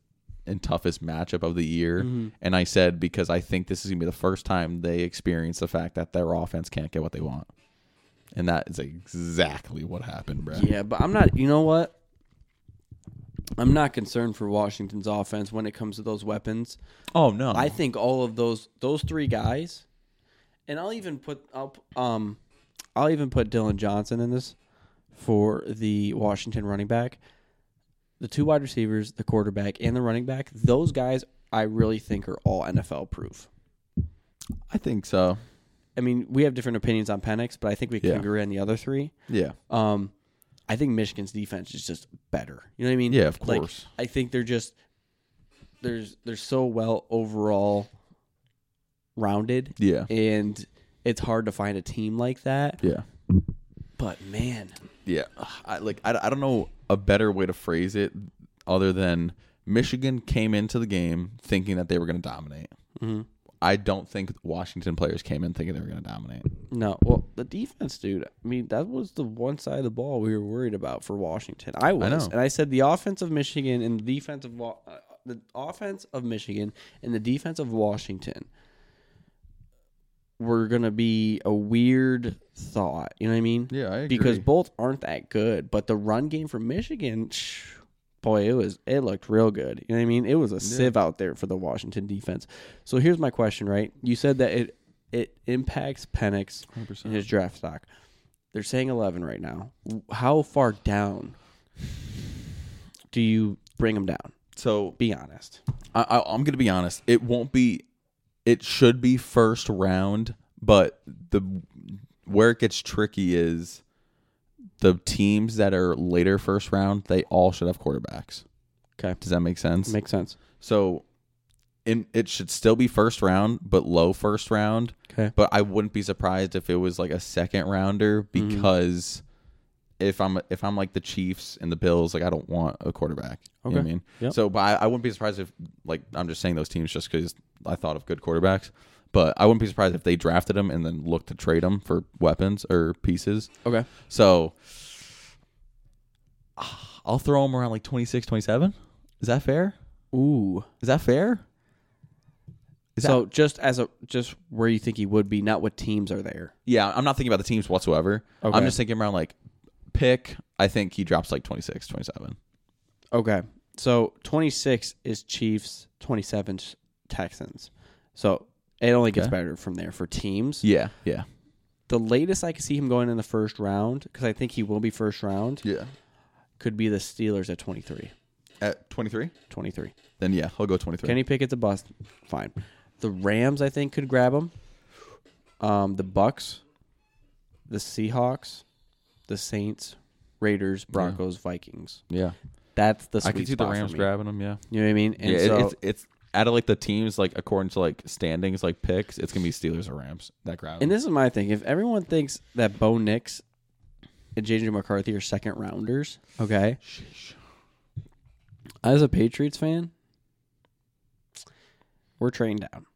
Speaker 2: and toughest matchup of the year,
Speaker 1: Mm-hmm.
Speaker 2: and I said because I think this is going to be the first time they experience the fact that their offense can't get what they want, and that is exactly what happened, Brad.
Speaker 1: yeah, but I'm not. You know what? I'm not concerned for Washington's offense when it comes to those weapons.
Speaker 2: Oh no,
Speaker 1: I think all of those those three guys, and I'll even put I'll um, I'll even put Dylan Johnson in this for the Washington running back, the two wide receivers, the quarterback, and the running back. Those guys, I really think are all NFL proof.
Speaker 2: I think so.
Speaker 1: I mean, we have different opinions on Penix, but I think we can
Speaker 2: Yeah.
Speaker 1: agree on the other three.
Speaker 2: Yeah,
Speaker 1: Um, I think Michigan's defense is just better. You know what I mean?
Speaker 2: Yeah, of
Speaker 1: Like,
Speaker 2: course.
Speaker 1: I think they're just there's they're so well overall rounded,
Speaker 2: yeah,
Speaker 1: and it's hard to find a team like that.
Speaker 2: yeah.
Speaker 1: But man,
Speaker 2: Yeah, I, like I, I don't know a better way to phrase it other than Michigan came into the game thinking that they were going to dominate. I don't think Washington players came in thinking they were going to dominate.
Speaker 1: no. Well, the defense, dude. I mean, that was the one side of the ball we were worried about for Washington. I was,
Speaker 2: know.
Speaker 1: and I said the offense of Michigan and the defense of Wa- uh, the offense of Michigan and the defense of Washington were gonna be a weird thought. You know what I mean?
Speaker 2: Yeah, I
Speaker 1: because both aren't that good. But the run game from Michigan, shh, boy, it was it looked real good. You know what I mean? It was a sieve out there for the Washington defense. So here's my question, right? You said that it it impacts Penix and his draft stock. They're saying 11 right now. How far down Do you bring them down?
Speaker 2: So
Speaker 1: Be honest.
Speaker 2: I, I, I'm gonna be honest. It won't be. It should be first round, but the where it gets tricky is the teams that are later first round. They all should have quarterbacks.
Speaker 1: Okay.
Speaker 2: Does that make sense?
Speaker 1: Makes sense.
Speaker 2: so, in, it should still be first round, but low first round.
Speaker 1: Okay.
Speaker 2: But I wouldn't be surprised if it was like a second rounder
Speaker 1: Mm-hmm.
Speaker 2: because if I'm if I'm like the Chiefs and the Bills, like I don't want a quarterback. You know what
Speaker 1: Okay.
Speaker 2: I mean?
Speaker 1: Yep.
Speaker 2: So but I, I wouldn't be surprised if like I'm just saying those teams just because I thought of good quarterbacks. But I wouldn't be surprised if they drafted them and then looked to trade them for weapons or pieces.
Speaker 1: Okay.
Speaker 2: So ah, I'll throw them around like 26, 27. Is that fair?
Speaker 1: Ooh.
Speaker 2: Is that fair? Is
Speaker 1: so just as a just where you think he would be, not what teams are there.
Speaker 2: Yeah, I'm not thinking about the teams whatsoever.
Speaker 1: Okay.
Speaker 2: I'm just thinking around like pick. I think he drops like 26, 27.
Speaker 1: Okay. So 26 is Chiefs, 27 's Texans. So it only gets
Speaker 2: Okay.
Speaker 1: better from there for teams.
Speaker 2: Yeah, yeah,
Speaker 1: The latest I could see him going in the first round, because I think he will be first round,
Speaker 2: yeah.
Speaker 1: could be the Steelers at 23.
Speaker 2: At 23,
Speaker 1: 23.
Speaker 2: then yeah, he'll go 23.
Speaker 1: Kenny Pickett's a bust. Fine. The Rams, I think, could grab him. Um, the Bucks, the Seahawks, the Saints, Raiders, Broncos, Vikings.
Speaker 2: yeah,
Speaker 1: That's the
Speaker 2: I
Speaker 1: sweet
Speaker 2: can see the
Speaker 1: spot for
Speaker 2: Rams
Speaker 1: me.
Speaker 2: grabbing him. Yeah,
Speaker 1: You know what I mean? And
Speaker 2: yeah. it-
Speaker 1: so
Speaker 2: it's it's out of like the teams like according to like standings like picks, it's gonna be Steelers or Rams that grab.
Speaker 1: And
Speaker 2: him.
Speaker 1: this is my thing. If everyone thinks that Bo Nix and JJ McCarthy are second rounders, okay,
Speaker 2: Sheesh.
Speaker 1: as a Patriots fan, we're trained down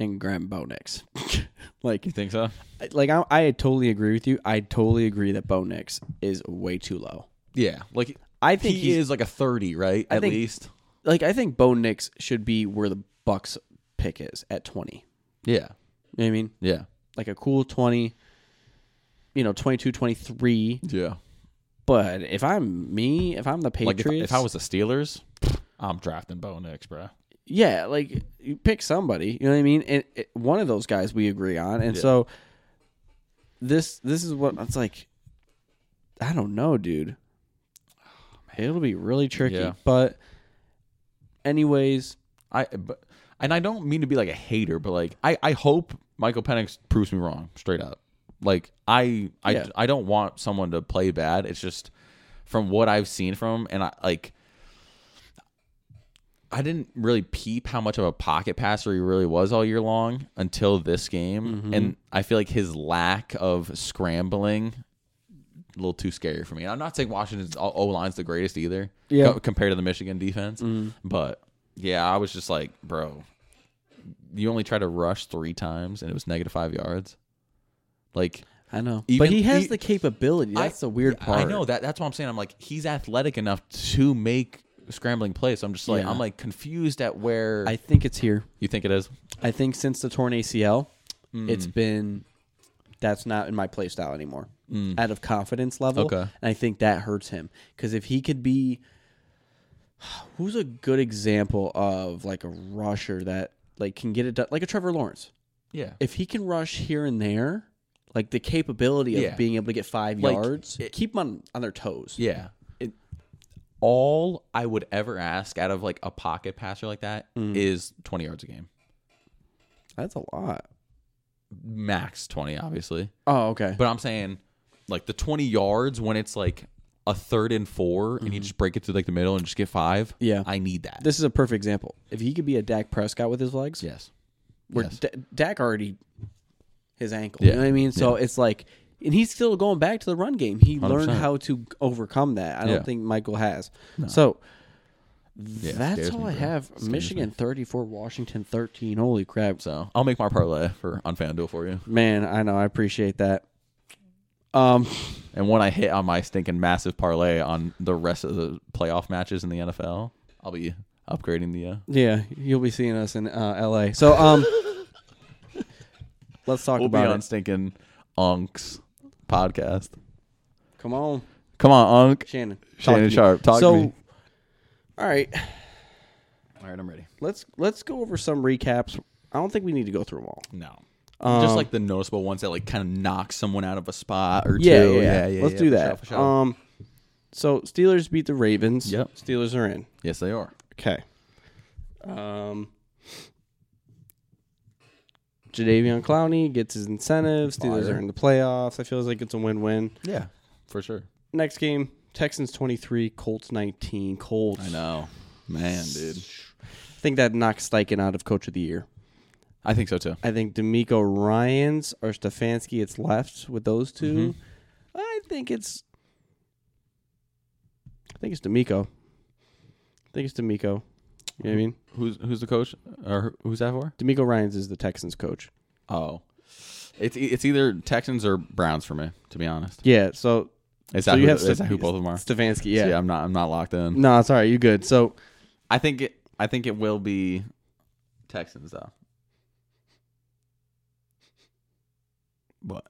Speaker 1: and Graham Bo Nix. like,
Speaker 2: you think so?
Speaker 1: like I, I totally agree with you. I totally agree that Bo Nix is way too low.
Speaker 2: Yeah, like
Speaker 1: I
Speaker 2: he
Speaker 1: think he's,
Speaker 2: is like a 30, right?
Speaker 1: I
Speaker 2: At
Speaker 1: think-
Speaker 2: least.
Speaker 1: like I think Bo Nix should be where the Bucks pick is at twenty.
Speaker 2: Yeah,
Speaker 1: You know what I mean?
Speaker 2: yeah,
Speaker 1: Like a cool twenty, you know, 22, 23.
Speaker 2: yeah.
Speaker 1: But if I'm me, if I'm the
Speaker 2: Like
Speaker 1: Patriots,
Speaker 2: if, if I was the Steelers, I'm drafting Bo Nix, bro.
Speaker 1: yeah, like you pick somebody, you know what I mean? And it, one of those guys we agree on, and
Speaker 2: Yeah.
Speaker 1: so this this is what it's like. I don't know, dude. It'll be really tricky,
Speaker 2: Yeah.
Speaker 1: but anyways,
Speaker 2: I but and I don't mean to be like a hater, but like I I hope Michael Penix proves me wrong straight up. Like I I
Speaker 1: Yeah.
Speaker 2: I don't want someone to play bad. It's just from what I've seen from him, and I like I didn't really peep how much of a pocket passer he really was all year long until this game,
Speaker 1: Mm-hmm.
Speaker 2: and I feel like his lack of scrambling a little too scary for me. And I'm not saying Washington's O line's the greatest either,
Speaker 1: Yeah. Mm-hmm.
Speaker 2: co- compared to the Michigan defense. But yeah, I was just like, bro, you only tried to rush three times and it was negative five yards. Like
Speaker 1: I know,
Speaker 2: Even-
Speaker 1: but he has
Speaker 2: e-
Speaker 1: the capability.
Speaker 2: I-
Speaker 1: That's the weird
Speaker 2: I-
Speaker 1: part.
Speaker 2: I know that. That's what I'm saying. I'm like, he's athletic enough to make scrambling plays. So I'm just like,
Speaker 1: Yeah.
Speaker 2: I'm like confused at where
Speaker 1: I think it's here.
Speaker 2: you think it is.
Speaker 1: I think since the torn ACL,
Speaker 2: Hmm.
Speaker 1: it's been that's not in my play style anymore.
Speaker 2: Mm.
Speaker 1: Out of confidence level,
Speaker 2: Okay.
Speaker 1: and I think that hurts him because if he could be, who's a good example of like a rusher that like can get it done, like a Trevor Lawrence.
Speaker 2: Yeah.
Speaker 1: If he can rush here and there, like the capability of
Speaker 2: Yeah.
Speaker 1: being able to get five
Speaker 2: Like,
Speaker 1: yards, keep them on, on their toes.
Speaker 2: Yeah. It, all I would ever ask out of like a pocket passer like that
Speaker 1: Mm.
Speaker 2: is 20 yards a game.
Speaker 1: That's a lot.
Speaker 2: Max 20, obviously.
Speaker 1: Oh, okay.
Speaker 2: But I'm saying like the 20 yards when it's like a third and 4 and you just break it through like the middle and just get five.
Speaker 1: Mm-hmm. Yeah.
Speaker 2: I need that.
Speaker 1: this is a perfect example. If he could be a Dak Prescott with his legs,
Speaker 2: yes.
Speaker 1: where
Speaker 2: Yes.
Speaker 1: D- Dak already his ankle. You
Speaker 2: Yeah.
Speaker 1: know what I mean? So it's like, and he's still going back to the run game. He learned
Speaker 2: 100%.
Speaker 1: how to overcome that. I
Speaker 2: Yeah.
Speaker 1: don't think Michael has. So that's
Speaker 2: scares
Speaker 1: all
Speaker 2: me,
Speaker 1: I
Speaker 2: bro.
Speaker 1: have. Michigan 34, Washington 13. Holy crap.
Speaker 2: So I'll make my parlay for on FanDuel for you.
Speaker 1: Man, I know. I appreciate that. Um,
Speaker 2: And when I hit on my stinking massive parlay on the rest of the playoff matches in the NFL, I'll be upgrading the. Uh,
Speaker 1: yeah, you'll be seeing us in uh, LA. So, um, let's talk
Speaker 2: we'll be
Speaker 1: about
Speaker 2: on
Speaker 1: it.
Speaker 2: stinking Unks podcast.
Speaker 1: Come on,
Speaker 2: Come on, Unc.
Speaker 1: Shannon. Talk
Speaker 2: Shannon
Speaker 1: to me.
Speaker 2: Sharp, talk to
Speaker 1: so,
Speaker 2: me.
Speaker 1: all right.
Speaker 2: All right, I'm ready.
Speaker 1: let's let's go over some recaps. I don't think we need to go through them all.
Speaker 2: No. Just like the noticeable ones that like kind of knock someone out of a spot or
Speaker 1: Yeah,
Speaker 2: two.
Speaker 1: yeah, yeah. Let's do
Speaker 2: for
Speaker 1: that.
Speaker 2: sure, for sure.
Speaker 1: Um, So Steelers beat the Ravens.
Speaker 2: Yep.
Speaker 1: Steelers are in.
Speaker 2: Yes, they are.
Speaker 1: Okay. Um, Jadavion Clowney gets his incentive. Steelers
Speaker 2: Fire.
Speaker 1: are in the playoffs. I feels like it's a win-win.
Speaker 2: Yeah, for sure.
Speaker 1: Next game, Texans 23, Colts 19. Colts.
Speaker 2: I know, man, dude.
Speaker 1: I think that knocks Steichen out of coach of the year.
Speaker 2: I think so too.
Speaker 1: I think D'Amico Ryans or Stefanski, it's left with those 2
Speaker 2: Mm-hmm.
Speaker 1: I think it's. I think it's D'Amico. I think it's D'Amico. You know what I mean?
Speaker 2: Who's who's the coach or who's that for?
Speaker 1: D'Amico Ryans is the Texans coach.
Speaker 2: Oh, it's e- it's either Texans or Browns for me, to be honest.
Speaker 1: Yeah, so
Speaker 2: Is
Speaker 1: so
Speaker 2: that,
Speaker 1: you
Speaker 2: who,
Speaker 1: have
Speaker 2: is
Speaker 1: Ste-
Speaker 2: that who both of them are?
Speaker 1: Stefanski, yeah.
Speaker 2: So, yeah, I'm not I'm not locked in.
Speaker 1: No, it's all right. You good? So
Speaker 2: I think it I think it will be Texans though. What?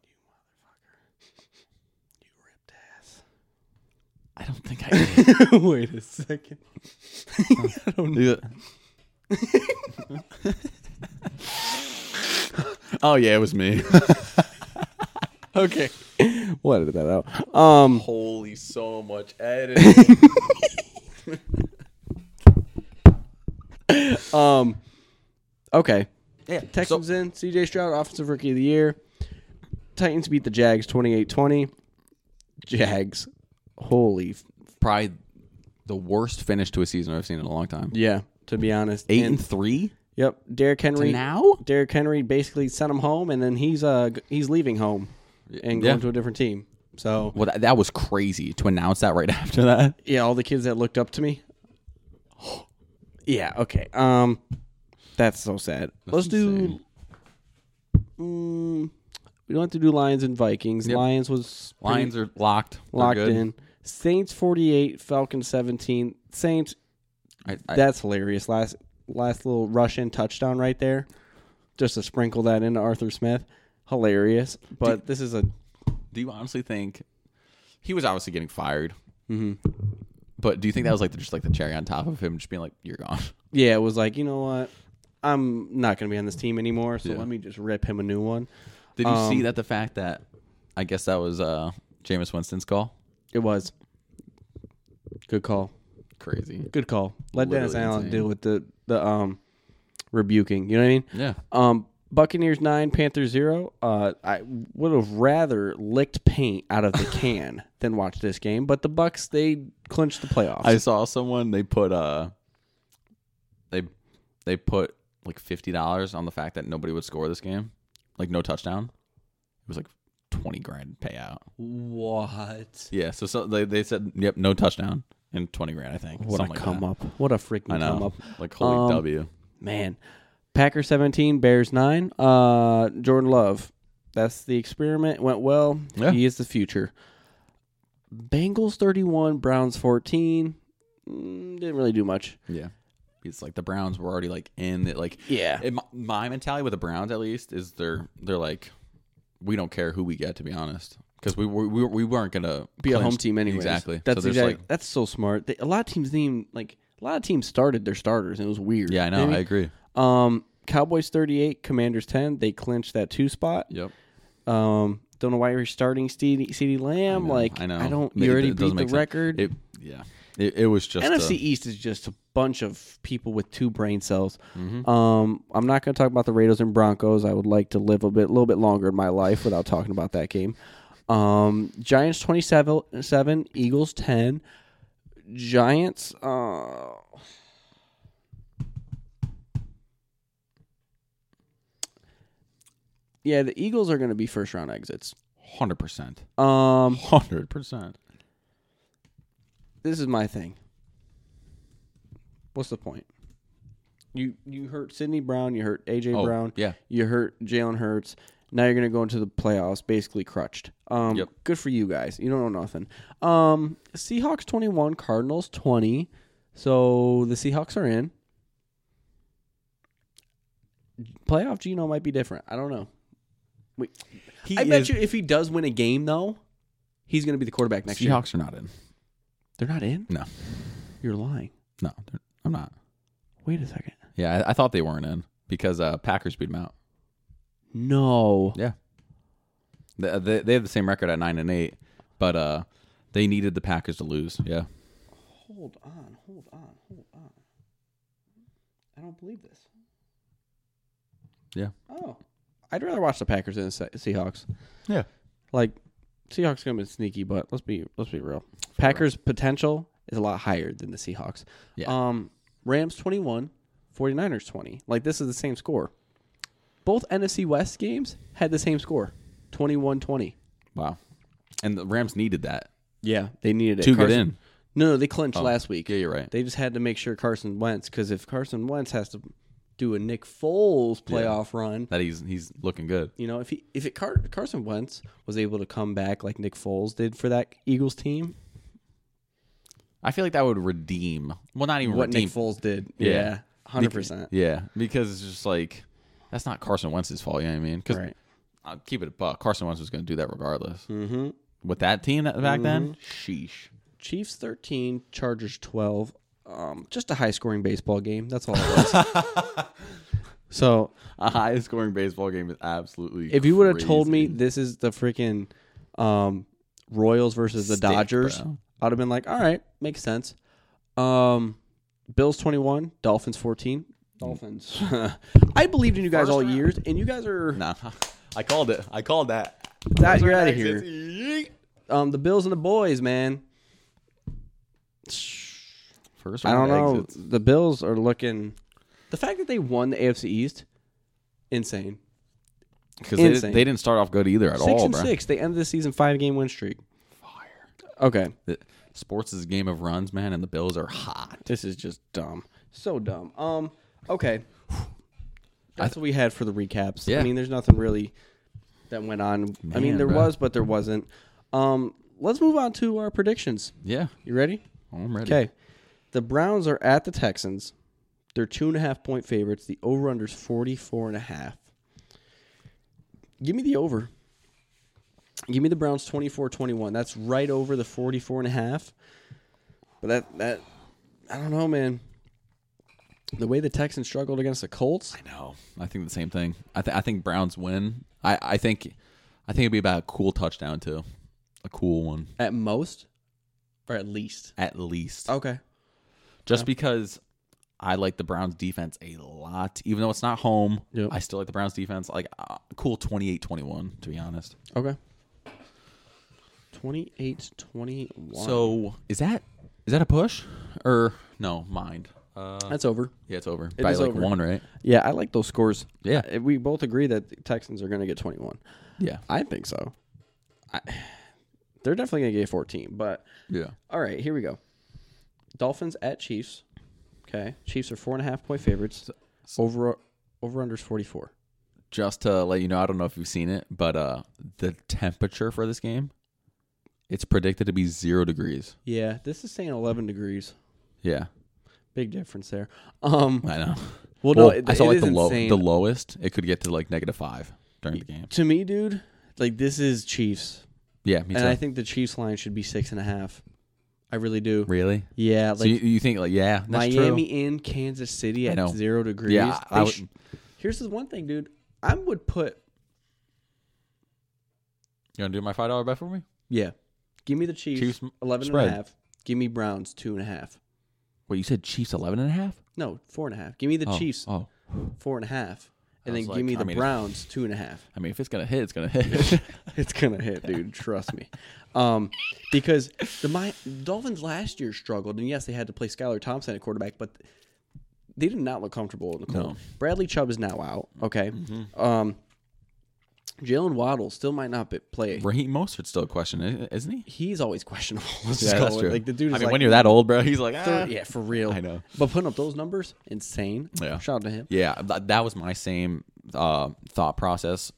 Speaker 2: I don't think I did.
Speaker 1: wait a second. I don't know.
Speaker 2: Do it. oh yeah, it was me.
Speaker 1: Okay, what did that out? Um,
Speaker 2: Holy so much editing.
Speaker 1: um, okay.
Speaker 2: yeah,
Speaker 1: Texans in. CJ Stroud, offensive rookie of the year. Titans beat the Jags 28-20. Jags, holy f-
Speaker 2: probably the worst finish to a season I've seen in a long time.
Speaker 1: yeah. To be honest,
Speaker 2: Eight
Speaker 1: And-
Speaker 2: and three
Speaker 1: yep. Derrick Henry.
Speaker 2: now.
Speaker 1: Derrick Henry basically sent him home, and then he's uh g- he's leaving home and going
Speaker 2: Yeah.
Speaker 1: to a different team. So
Speaker 2: Well, that, that was crazy to announce that right after that.
Speaker 1: yeah, all the kids that looked up to me. yeah, okay. Um that's so sad. Let's do mm, we don't have to do Lions and Vikings. Lions was pretty
Speaker 2: Lions are locked. They're
Speaker 1: locked
Speaker 2: good.
Speaker 1: in. Saints 48, Falcons 17. Saints
Speaker 2: I, I,
Speaker 1: that's hilarious. Last last little rush in touchdown right there. Just to sprinkle that into Arthur Smith. Hilarious. But this is a
Speaker 2: do you honestly think he was obviously getting fired?
Speaker 1: Mm-hmm.
Speaker 2: But do you think that was like the, just like the cherry on top of him, just being like, "You're gone."
Speaker 1: yeah, it was like, you know what? I'm not going to be on this team anymore, so
Speaker 2: Yeah.
Speaker 1: let me just rip him a new one.
Speaker 2: Did you
Speaker 1: Um,
Speaker 2: see that? The fact that I guess that was uh Jameis Winston's call.
Speaker 1: It was. Good call.
Speaker 2: Crazy.
Speaker 1: Good call. Let Dennis
Speaker 2: Literally
Speaker 1: Allen
Speaker 2: insane.
Speaker 1: deal with the the um rebuking. You know what I mean?
Speaker 2: Yeah.
Speaker 1: Um Buccaneers nine, Panthers zero. Uh, I would have rather licked paint out of the can than watch this game, but the Bucks they clinched the playoffs.
Speaker 2: I saw someone they put uh they they put like fifty dollars on the fact that nobody would score this game, like no touchdown. It was like twenty grand payout.
Speaker 1: what?
Speaker 2: Yeah, so, so they they said yep, no touchdown and twenty grand. I think
Speaker 1: What a
Speaker 2: something like
Speaker 1: come
Speaker 2: that.
Speaker 1: up! What a freaking
Speaker 2: I know,
Speaker 1: come up,
Speaker 2: like holy
Speaker 1: Um,
Speaker 2: W.
Speaker 1: man! Packer seventeen, Bears nine. Uh, Jordan Love, that's the experiment went well.
Speaker 2: Yeah.
Speaker 1: He is the future. Bengals thirty one, Browns fourteen. Mm, didn't really do much.
Speaker 2: Yeah, it's like the Browns were already like in it. Like
Speaker 1: Yeah,
Speaker 2: in my, my mentality with the Browns at least is they're they're like we don't care who we get to be honest because we, we we we weren't gonna
Speaker 1: be a
Speaker 2: clinch-
Speaker 1: home team anyways.
Speaker 2: Exactly.
Speaker 1: That's
Speaker 2: so there's
Speaker 1: exact-
Speaker 2: like
Speaker 1: that's so smart. They, a lot of teams didn't even, like a lot of teams started their starters and it was weird.
Speaker 2: yeah, I know. I
Speaker 1: Maybe.
Speaker 2: agree.
Speaker 1: um, Cowboys thirty eight, Commanders ten. They clinched that two spot.
Speaker 2: Yep.
Speaker 1: Um, don't know why you're starting CD, CD Lamb. like
Speaker 2: I know.
Speaker 1: I don't.
Speaker 2: It-
Speaker 1: You already
Speaker 2: it doesn't
Speaker 1: beat the
Speaker 2: make sense.
Speaker 1: record.
Speaker 2: It, yeah. It, it was just uh,
Speaker 1: NFC
Speaker 2: a-
Speaker 1: East is just a bunch of people with two brain cells. Um, I'm not going to talk about the Raiders and Broncos. I would like to live a bit, little bit longer in my life without talking about that game. Um, Giants 27, seven, Eagles 10. Giants. Uh, yeah, the Eagles are going to be first round exits.
Speaker 2: hundred percent,
Speaker 1: Um,
Speaker 2: hundred percent.
Speaker 1: this is my thing. What's the point? You you hurt Sidney Brown, you hurt AJ
Speaker 2: Oh,
Speaker 1: Brown,
Speaker 2: yeah.
Speaker 1: you hurt Jalen Hurts. Now you're gonna go into the playoffs basically crutched. Um,
Speaker 2: Yep.
Speaker 1: good for you guys. You don't know nothing. Um, Seahawks twenty one, Cardinals twenty. So the Seahawks are in. Playoff Geno might be different. I don't know.
Speaker 2: He
Speaker 1: I bet you if he does win a game though, he's gonna be the quarterback next year.
Speaker 2: Seahawks are not in.
Speaker 1: They're not in.
Speaker 2: No,
Speaker 1: You're lying.
Speaker 2: no, they're- I'm not.
Speaker 1: Wait a second.
Speaker 2: Yeah, I, I thought they weren't in because uh, Packers beat them out.
Speaker 1: No.
Speaker 2: Yeah, they, they they have the same record at nine and eight, but uh, They needed the Packers to lose. Yeah.
Speaker 1: Hold on, hold on, hold on. I don't believe this.
Speaker 2: Yeah.
Speaker 1: Oh, I'd rather watch the Packers than the Se- Seahawks.
Speaker 2: Yeah.
Speaker 1: Like Seahawks gonna be sneaky, but let's be let's be real. Packers potential is a lot higher than the Seahawks.
Speaker 2: Yeah.
Speaker 1: Um, Rams 21, 49ers 20. Like this is the same score. Both NFC West games had the same score, 21-20.
Speaker 2: Wow. And the Rams needed that
Speaker 1: Yeah, they needed it
Speaker 2: to get
Speaker 1: Carson-
Speaker 2: in. Oh.
Speaker 1: No, no, they clinched last week.
Speaker 2: Yeah, you're right.
Speaker 1: They just had to make sure Carson Wentz, because if Carson Wentz has to do a Nick Foles playoff run,
Speaker 2: That he's he's looking good.
Speaker 1: you know, if he if it Car- Carson Wentz was able to come back like Nick Foles did for that Eagles team,
Speaker 2: I feel like that would redeem. Well, not even
Speaker 1: what
Speaker 2: redeem.
Speaker 1: Nick Foles did,
Speaker 2: Yeah.
Speaker 1: yeah, hundred percent,
Speaker 2: yeah, because it's just like that's not Carson Wentz's fault. You know what I mean? Because
Speaker 1: right?
Speaker 2: I'll keep it a buck. Carson Wentz was going to do that regardless. Mm-hmm. With that team that, back then, sheesh.
Speaker 1: Chiefs thirteen, Chargers twelve. Um, just a high scoring baseball game. That's all it was. so
Speaker 2: A high scoring baseball game is absolutely.
Speaker 1: if you would have told
Speaker 2: crazy.
Speaker 1: me this is the freaking um, Royals versus the
Speaker 2: Stick,
Speaker 1: Dodgers,
Speaker 2: bro.
Speaker 1: I'd have been like, all right, makes sense. Um, Bills 21, Dolphins 14. Dolphins. I believed in you guys all years, and you guys are
Speaker 2: nah, I called it. I called that.
Speaker 1: that you're out of here.
Speaker 2: Texas, yeet.
Speaker 1: Um, the Bills and the boys, man.
Speaker 2: First,
Speaker 1: I don't
Speaker 2: round
Speaker 1: know.
Speaker 2: Exits.
Speaker 1: The Bills are looking. The fact that they won the AFC East, insane.
Speaker 2: because they,
Speaker 1: Insane.
Speaker 2: didn't- they didn't start off good either at
Speaker 1: Six
Speaker 2: all,
Speaker 1: and
Speaker 2: bro.
Speaker 1: six. They ended the season five game win streak. Fire. Okay.
Speaker 2: The- Sports is a game of runs, man, and the Bills are hot.
Speaker 1: This is just dumb. So dumb. Um. Okay. That's what we had for the recaps. I
Speaker 2: Yeah.
Speaker 1: mean, there's nothing really that went on. I mean,
Speaker 2: Man,
Speaker 1: there
Speaker 2: bro.
Speaker 1: was, but there wasn't. Um. Let's move on to our predictions.
Speaker 2: Yeah,
Speaker 1: You ready?
Speaker 2: I'm ready.
Speaker 1: Okay. The Browns are at the Texans. They're two and a half point favorites. The over under is 44 and a half. Give me the over. Give me the Browns 24 21. That's right over the 44 and a half. But that, that, I don't know, man. The way the Texans struggled against the Colts,
Speaker 2: No, I think the same thing. I, th- I think Browns win. I, I think I think it'd be about a cool touchdown too, a cool one
Speaker 1: at most, or at least.
Speaker 2: at least.
Speaker 1: Okay.
Speaker 2: Just because I like the Browns defense a lot, even though it's not home.
Speaker 1: Yep.
Speaker 2: I still like the Browns defense. Like uh, cool 28-21 to be honest.
Speaker 1: Okay. 28 21.
Speaker 2: So is that is that a push or no? Mind. Uh,
Speaker 1: that's over.
Speaker 2: yeah, it's over by
Speaker 1: is
Speaker 2: like
Speaker 1: over.
Speaker 2: one, right?
Speaker 1: Yeah, I like those scores.
Speaker 2: Yeah.
Speaker 1: Uh, we both agree that the Texans are going to get 21.
Speaker 2: Yeah,
Speaker 1: I think so. I, they're definitely going to get 14. But
Speaker 2: yeah.
Speaker 1: all right, here we go. Dolphins at Chiefs. Okay, Chiefs are four and a half point favorites. Over over unders 44.
Speaker 2: just to let you know, I don't know if you've seen it, but uh the temperature for this game, it's predicted to be zero degrees.
Speaker 1: Yeah, this is saying 11 degrees.
Speaker 2: Yeah,
Speaker 1: Big difference there. Um,
Speaker 2: I know.
Speaker 1: well, no, it,
Speaker 2: I saw
Speaker 1: it
Speaker 2: like
Speaker 1: is
Speaker 2: the low,
Speaker 1: insane.
Speaker 2: the lowest it could get to like negative five during the game.
Speaker 1: to me, dude, like this is Chiefs,
Speaker 2: Yeah, me too.
Speaker 1: and I think the Chiefs line should be six and a half. I really do.
Speaker 2: really?
Speaker 1: Yeah, like
Speaker 2: so you, you think like yeah, that's
Speaker 1: Miami in Kansas City at
Speaker 2: know.
Speaker 1: zero degrees.
Speaker 2: Yeah, I
Speaker 1: They
Speaker 2: would-
Speaker 1: sh- here's the one thing, dude. I would put
Speaker 2: You gonna do my five dollar bet for me?
Speaker 1: yeah. Give me the Chiefs,
Speaker 2: Chiefs m-
Speaker 1: 11
Speaker 2: spread.
Speaker 1: and a half. Give me Browns two and a half.
Speaker 2: Wait, you said Chiefs eleven and a half?
Speaker 1: No, four and a half. Give me the
Speaker 2: Oh,
Speaker 1: Chiefs
Speaker 2: Oh,
Speaker 1: four and a half, and
Speaker 2: I
Speaker 1: then
Speaker 2: was
Speaker 1: give
Speaker 2: like,
Speaker 1: me
Speaker 2: I
Speaker 1: the
Speaker 2: mean, if-
Speaker 1: Browns two and a half.
Speaker 2: I mean, if it's gonna hit, it's gonna hit.
Speaker 1: It's gonna hit, dude. Trust me, um, because the my Dolphins last year struggled, and yes, they had to play Skylar Thompson at quarterback, but they did not look comfortable in the cold. Bradley Chubb is now out. Okay,
Speaker 2: Mm-hmm.
Speaker 1: um, Jalen Waddle still might not be, play.
Speaker 2: Raheem Mostert's still a question, i- isn't he?
Speaker 1: He's always questionable.
Speaker 2: Yeah, that's true.
Speaker 1: Like the dude
Speaker 2: I
Speaker 1: is
Speaker 2: mean,
Speaker 1: like
Speaker 2: when you're that old, bro, he's like, ah.
Speaker 1: third- yeah, for real.
Speaker 2: I know.
Speaker 1: but putting up those numbers, insane.
Speaker 2: Yeah.
Speaker 1: shout out to him.
Speaker 2: Yeah, th- that was my same uh, thought process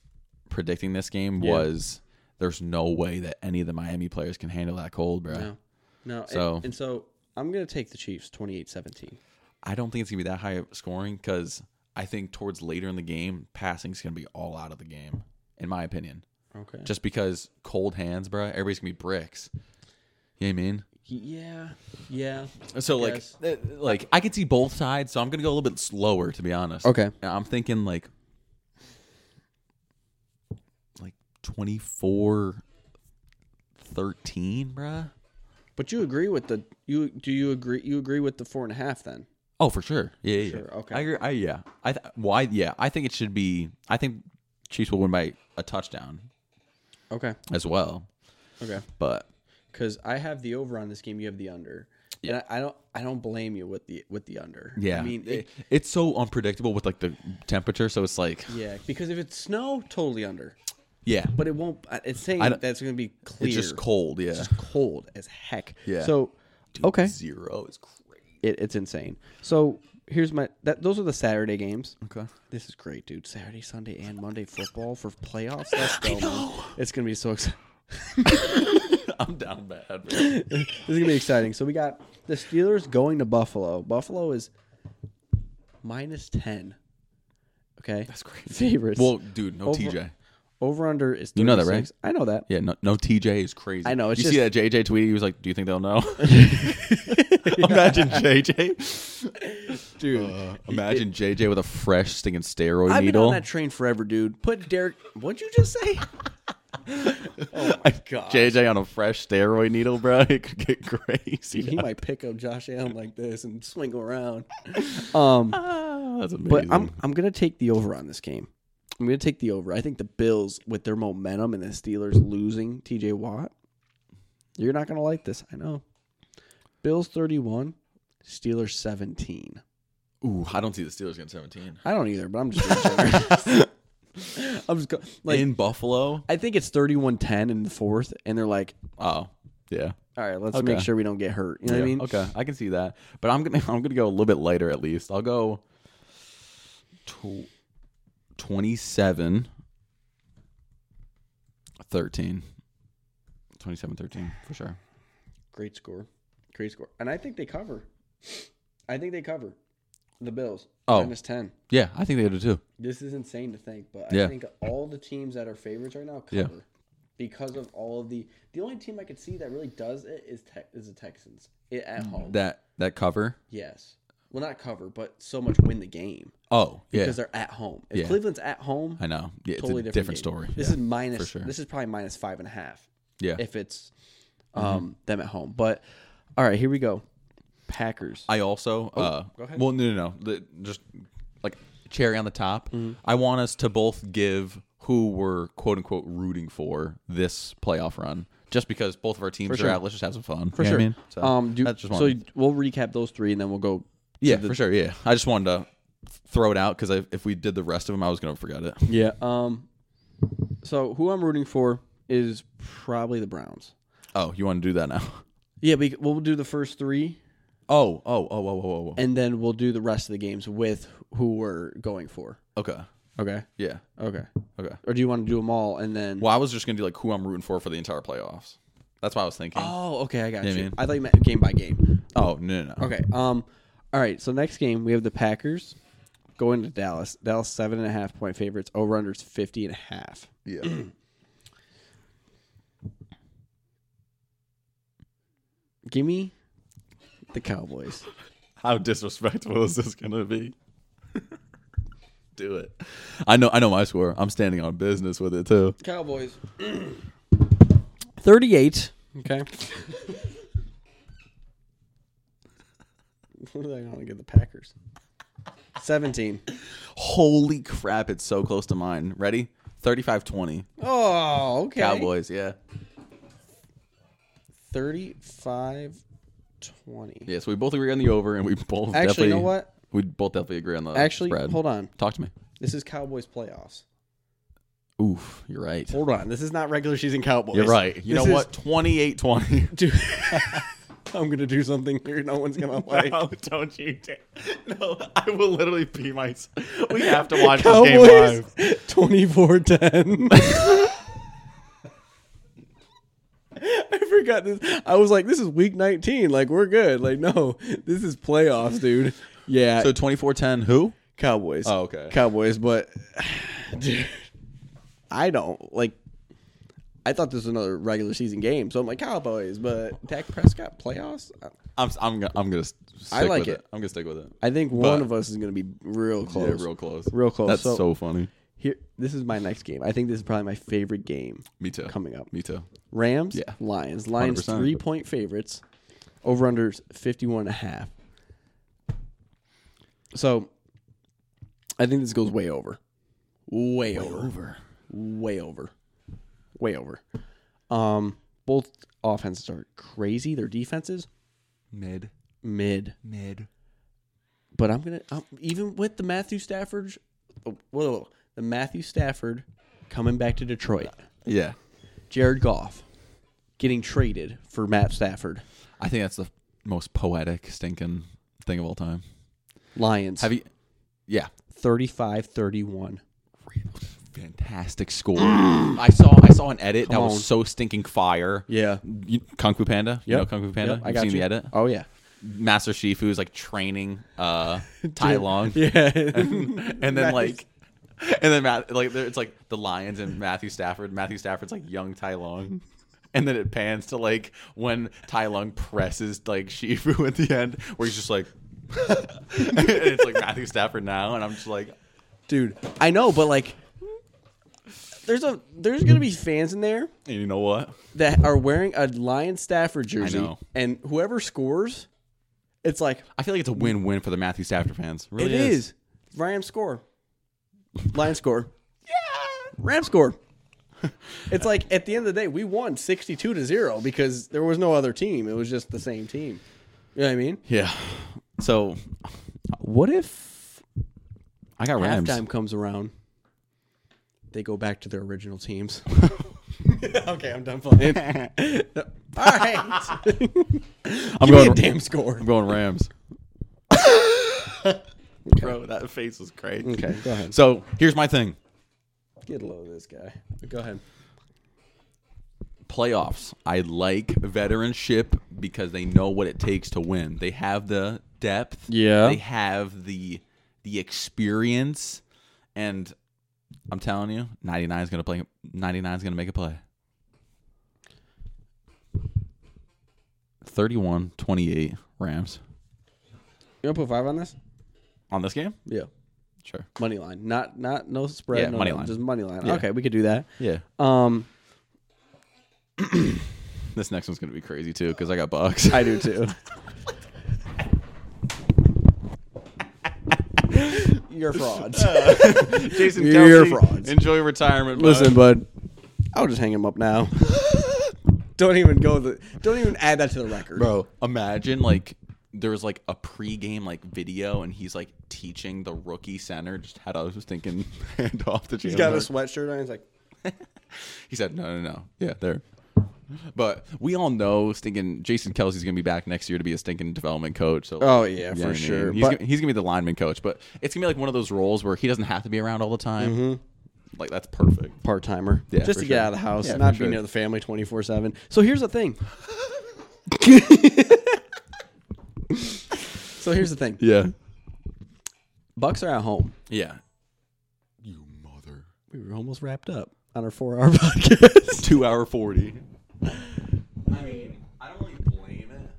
Speaker 2: predicting this game was there's no way that any of the Miami players can handle that cold, bro.
Speaker 1: No, no, and-
Speaker 2: So-
Speaker 1: and, so I'm gonna take the Chiefs 28-17.
Speaker 2: I don't think it's going to be that high of scoring cuz I think towards later in the game, passing's going to be all out of the game in my opinion.
Speaker 1: Okay.
Speaker 2: Just because cold hands, bro, everybody's going to be bricks. You know what I mean?
Speaker 1: Yeah, yeah.
Speaker 2: So like
Speaker 1: Yes.
Speaker 2: th- like I could see both sides, so I'm going to go a little bit slower to be honest.
Speaker 1: Okay.
Speaker 2: I'm thinking like like 24 13, bruh.
Speaker 1: But you agree with the you? Do you agree? You agree with the four and a half then?
Speaker 2: Oh, for sure. Yeah, yeah.
Speaker 1: Sure,
Speaker 2: yeah.
Speaker 1: okay.
Speaker 2: I agree. I, yeah. I th- why? Yeah. I think it should be. I think Chiefs will win by a touchdown
Speaker 1: Okay.
Speaker 2: as well.
Speaker 1: Okay.
Speaker 2: But
Speaker 1: Because I have the over on this game. You have the under. And I, I don't. I don't blame you with the with the under.
Speaker 2: yeah,
Speaker 1: I mean, it,
Speaker 2: It- it's so unpredictable with like the temperature. So it's like,
Speaker 1: yeah. Because if it's snow, totally under.
Speaker 2: yeah,
Speaker 1: But it won't. It's saying
Speaker 2: don't-
Speaker 1: that's going to be clear.
Speaker 2: it's just cold. Yeah,
Speaker 1: Just cold as heck.
Speaker 2: Yeah.
Speaker 1: So okay,
Speaker 2: zero is crazy.
Speaker 1: it, it's insane. So here's my. That those are the Saturday games.
Speaker 2: Okay.
Speaker 1: This is great, dude. Saturday, Sunday, and Monday football for playoffs. Let's go. man. It's gonna be so exciting.
Speaker 2: I'm down bad. Man.
Speaker 1: this is gonna be exciting. So we got the Steelers going to Buffalo. Buffalo is minus ten. Okay, that's
Speaker 2: crazy.
Speaker 1: Favorites.
Speaker 2: Well, dude, no
Speaker 1: Over-
Speaker 2: TJ.
Speaker 1: over under is 36.
Speaker 2: know that, right?
Speaker 1: I know that.
Speaker 2: Yeah, no, no TJ is crazy.
Speaker 1: I know, it's
Speaker 2: you see that JJ tweet? He was like, "Do you think they'll know?" imagine JJ, dude. imagine JJ with a fresh stinking steroid
Speaker 1: Uh, I've been
Speaker 2: needle.
Speaker 1: on that train forever, dude. Put Derek. What'd you just say? oh my god.
Speaker 2: JJ on a fresh steroid needle, bro. It could get crazy.
Speaker 1: He might pick up Josh Allen like this and swing him around. Um,
Speaker 2: Ah, that's amazing.
Speaker 1: but I'm I'm gonna take the over on this game. I'm gonna take the over. I think the Bills with their momentum and the Steelers losing T.J. Watt. You're not gonna like this. I know. Bills 31, Steelers 17.
Speaker 2: Ooh, I don't see the Steelers getting 17
Speaker 1: I don't either, but I'm just being generous. I'm just go- like
Speaker 2: in Buffalo.
Speaker 1: I think it's 31-10 in the fourth, and they're like,
Speaker 2: Oh, yeah.
Speaker 1: all right, let's
Speaker 2: Okay.
Speaker 1: make sure we don't get hurt. You know
Speaker 2: Yeah,
Speaker 1: what I mean?
Speaker 2: okay, I can see that. But I'm gonna I'm gonna go a little bit later at least. I'll go tw- 27 13 27 13 for sure.
Speaker 1: Great score. Great score. And I think they cover. I think they cover the Bills.
Speaker 2: Oh.
Speaker 1: Minus 10.
Speaker 2: Yeah, I think they do too.
Speaker 1: This is insane to think, but I
Speaker 2: Yeah.
Speaker 1: think all the teams that are favorites right now cover
Speaker 2: Yeah.
Speaker 1: because of all of the. The only team I could see that really does it is Tex is the Texans i-
Speaker 2: Mm-hmm.
Speaker 1: at home.
Speaker 2: That that cover?
Speaker 1: yes, well, not cover, but so much win the game
Speaker 2: Oh, yeah.
Speaker 1: because they're at home. If
Speaker 2: Yeah.
Speaker 1: Cleveland's at home,
Speaker 2: I know. Yeah, it's
Speaker 1: totally
Speaker 2: a
Speaker 1: different,
Speaker 2: different,
Speaker 1: game.
Speaker 2: story.
Speaker 1: This
Speaker 2: yeah.
Speaker 1: is minus.
Speaker 2: sure.
Speaker 1: This is probably minus five and a half
Speaker 2: yeah. Mm-hmm.
Speaker 1: if it's um, them at home. But all right, here we go. Packers.
Speaker 2: I also uh,
Speaker 1: Oh, go ahead.
Speaker 2: Well, no, no, no. The- just like cherry on the top.
Speaker 1: Mm-hmm.
Speaker 2: I want us to both give who we're quote unquote rooting for this playoff run, just because both of our teams are
Speaker 1: sure.
Speaker 2: out. Let's just have some fun.
Speaker 1: for
Speaker 2: You
Speaker 1: sure.
Speaker 2: know what I mean? So,
Speaker 1: um, do,
Speaker 2: that's just one.
Speaker 1: so we'll recap those three, and then we'll go.
Speaker 2: yeah, for sure. Yeah, I just wanted to throw it out because if we did the rest of them, I was gonna forget it.
Speaker 1: Yeah. Um. So who I'm rooting for is probably the Browns.
Speaker 2: Oh, you want to do that now?
Speaker 1: Yeah, we, we'll do the first three,
Speaker 2: Oh, oh, oh, whoa, whoa, whoa, whoa.
Speaker 1: and then we'll do the rest of the games with who we're going for.
Speaker 2: oh. Okay.
Speaker 1: Okay.
Speaker 2: Yeah.
Speaker 1: Okay.
Speaker 2: Okay.
Speaker 1: Or do you want to do them all and then?
Speaker 2: Well, I was just gonna do like who I'm rooting for for the entire playoffs. That's what I was thinking. Oh,
Speaker 1: Oh, okay. I got
Speaker 2: Yeah,
Speaker 1: you.
Speaker 2: man.
Speaker 1: I thought you meant game by game.
Speaker 2: no, no, no.
Speaker 1: Okay. Um. All right. So next game we have the Packers going to Dallas. Dallas seven and a half point favorites. Over unders fifty and a half.
Speaker 2: Yeah.
Speaker 1: Give me the Cowboys.
Speaker 2: How disrespectful is this gonna be? Do it. I know. I know my score. I'm standing on business with it too.
Speaker 1: Cowboys. 38. Okay. What did I want to get the Packers? 17.
Speaker 2: Holy crap! It's so close to mine. Ready? 35-20.
Speaker 1: Oh, okay.
Speaker 2: Cowboys. Yeah.
Speaker 1: 35 20.
Speaker 2: Yeah. So we both agree on the over, and we
Speaker 1: Actually,
Speaker 2: both definitely,
Speaker 1: you know what?
Speaker 2: We both definitely agree on the
Speaker 1: Actually,
Speaker 2: spread.
Speaker 1: hold on.
Speaker 2: Talk to me.
Speaker 1: This is Cowboys playoffs.
Speaker 2: Oof. You're right.
Speaker 1: Hold on. This is not regular season Cowboys.
Speaker 2: You're right. You
Speaker 1: This
Speaker 2: know
Speaker 1: is-
Speaker 2: what? 28-20.
Speaker 1: Dude, I'm going to do something here no one's going to like.
Speaker 2: No, don't you dare. No, I will literally pee myself. We have to watch
Speaker 1: Cowboys 24 10. I forgot this. I was like, this is week 19. Like, we're good. Like, no, this is playoffs, dude. Yeah.
Speaker 2: So 24-10 who?
Speaker 1: Cowboys.
Speaker 2: Oh, okay.
Speaker 1: Cowboys, but dude, I don't like. I thought this was another regular season game, so I'm like Cowboys, but Dak Prescott playoffs.
Speaker 2: I'm I'm gonna I'm gonna s- stick
Speaker 1: I like
Speaker 2: with
Speaker 1: it.
Speaker 2: it. I'm gonna stick with it.
Speaker 1: I think one
Speaker 2: But-
Speaker 1: of us is going to be real close.
Speaker 2: Yeah, real close.
Speaker 1: Real close.
Speaker 2: That's
Speaker 1: So-
Speaker 2: so, funny.
Speaker 1: Here, this is my next game. I think this is probably my favorite game
Speaker 2: Me too.
Speaker 1: coming up.
Speaker 2: Me too.
Speaker 1: Rams,
Speaker 2: Yeah.
Speaker 1: Lions. Lions
Speaker 2: 100%.
Speaker 1: three point favorites. Over under 51 and a half. So I think this goes way over. Way, over. Way over. Way over. Um both offenses are crazy. Their defenses
Speaker 2: Mid.
Speaker 1: mid.
Speaker 2: Mid.
Speaker 1: But I'm gonna I'm, even with the Matthew Stafford oh, whoa, whoa, the Matthew Stafford coming back to Detroit.
Speaker 2: Yeah.
Speaker 1: Jared Goff getting traded for Matt Stafford.
Speaker 2: I think that's the most poetic stinking thing of all time.
Speaker 1: Lions.
Speaker 2: Have you? Yeah.
Speaker 1: 35 31.
Speaker 2: Fantastic score. I saw. I saw an edit that
Speaker 1: Mm. on.
Speaker 2: was so stinking fire.
Speaker 1: Yeah.
Speaker 2: You, Kung Fu Panda. You
Speaker 1: Yep.
Speaker 2: know Kung Fu Panda.
Speaker 1: Yep,
Speaker 2: You've seen the edit.
Speaker 1: Oh, yeah.
Speaker 2: Master Shifu's like training uh Tai Long.
Speaker 1: Yeah.
Speaker 2: and then like and then Matt, like there- it's like the Lions and Matthew Stafford. Matthew Stafford's like young Tai Long. And then it pans to like when Tai Long presses like Shifu at the end, where he's just like and it's like Matthew Stafford now, and I'm just like
Speaker 1: Dude, I know, but like, there's a there's gonna be fans in there
Speaker 2: and you know what?
Speaker 1: that are wearing a Lion Stafford jersey,
Speaker 2: know.
Speaker 1: and whoever scores, it's like
Speaker 2: I feel like it's a win win for the Matthew Stafford fans. It
Speaker 1: it
Speaker 2: really
Speaker 1: is. Rams score, Lions score, yeah, Rams score. It's like at the end of the day, we won sixty two to zero because there was no other team; it was just the same team. You know what I mean?
Speaker 2: Yeah. So what if I got Rams?
Speaker 1: Halftime comes around. They go back to their original teams. okay, I'm done playing. All right.
Speaker 2: I'm
Speaker 1: Give me
Speaker 2: going
Speaker 1: a damn score.
Speaker 2: I'm going Rams. Bro, that face was crazy.
Speaker 1: Okay, go ahead.
Speaker 2: So here's my thing:
Speaker 1: Get low of this guy. Go ahead.
Speaker 2: playoffs. I like veteranship because they know what it takes to win. They have the depth.
Speaker 1: Yeah.
Speaker 2: They have the the experience, and I'm telling you, 99 is gonna play. 99 is gonna make a play. 31-28 Rams
Speaker 1: You want to put five on this?
Speaker 2: on this game.
Speaker 1: Yeah.
Speaker 2: Sure.
Speaker 1: Money line. Not not no spread.
Speaker 2: Yeah,
Speaker 1: no,
Speaker 2: money
Speaker 1: no,
Speaker 2: line.
Speaker 1: Just money line.
Speaker 2: Yeah.
Speaker 1: Okay, we could do that.
Speaker 2: Yeah.
Speaker 1: Um,
Speaker 2: This next one's gonna be crazy too because I got bucks.
Speaker 1: I do too. You're frauds.
Speaker 2: Jason
Speaker 1: You're frauds.
Speaker 2: Enjoy retirement. bud.
Speaker 1: Listen, bud. I'll just hang him up now. don't even go. The, don't even add that to the record.
Speaker 2: bro. Imagine like there was like a pregame like video, and he's like teaching the rookie center just how to just thinking hand off the.
Speaker 1: He's got a sweatshirt on. He's like,
Speaker 2: He said, "No, no, no. Yeah, there." But we all know stinking Jason Kelsey's gonna be back next year to be a stinking development coach. So
Speaker 1: Oh, yeah, for
Speaker 2: what I mean?
Speaker 1: sure.
Speaker 2: He's,
Speaker 1: But-
Speaker 2: gonna, he's gonna be the lineman coach, but it's gonna be like one of those roles where he doesn't have to be around all the time.
Speaker 1: Mm-hmm.
Speaker 2: Like that's perfect.
Speaker 1: part timer.
Speaker 2: Yeah,
Speaker 1: just
Speaker 2: for
Speaker 1: to get
Speaker 2: sure.
Speaker 1: out of the house,
Speaker 2: Yeah,
Speaker 1: and not
Speaker 2: for
Speaker 1: be
Speaker 2: sure.
Speaker 1: near the family 24 7. So here's the thing. so here's the thing
Speaker 2: Yeah,
Speaker 1: Bucks are at home.
Speaker 2: yeah. You mother.
Speaker 1: We were almost wrapped up on our four hour podcast.
Speaker 2: Two hour forty. I mean, I don't really blame it.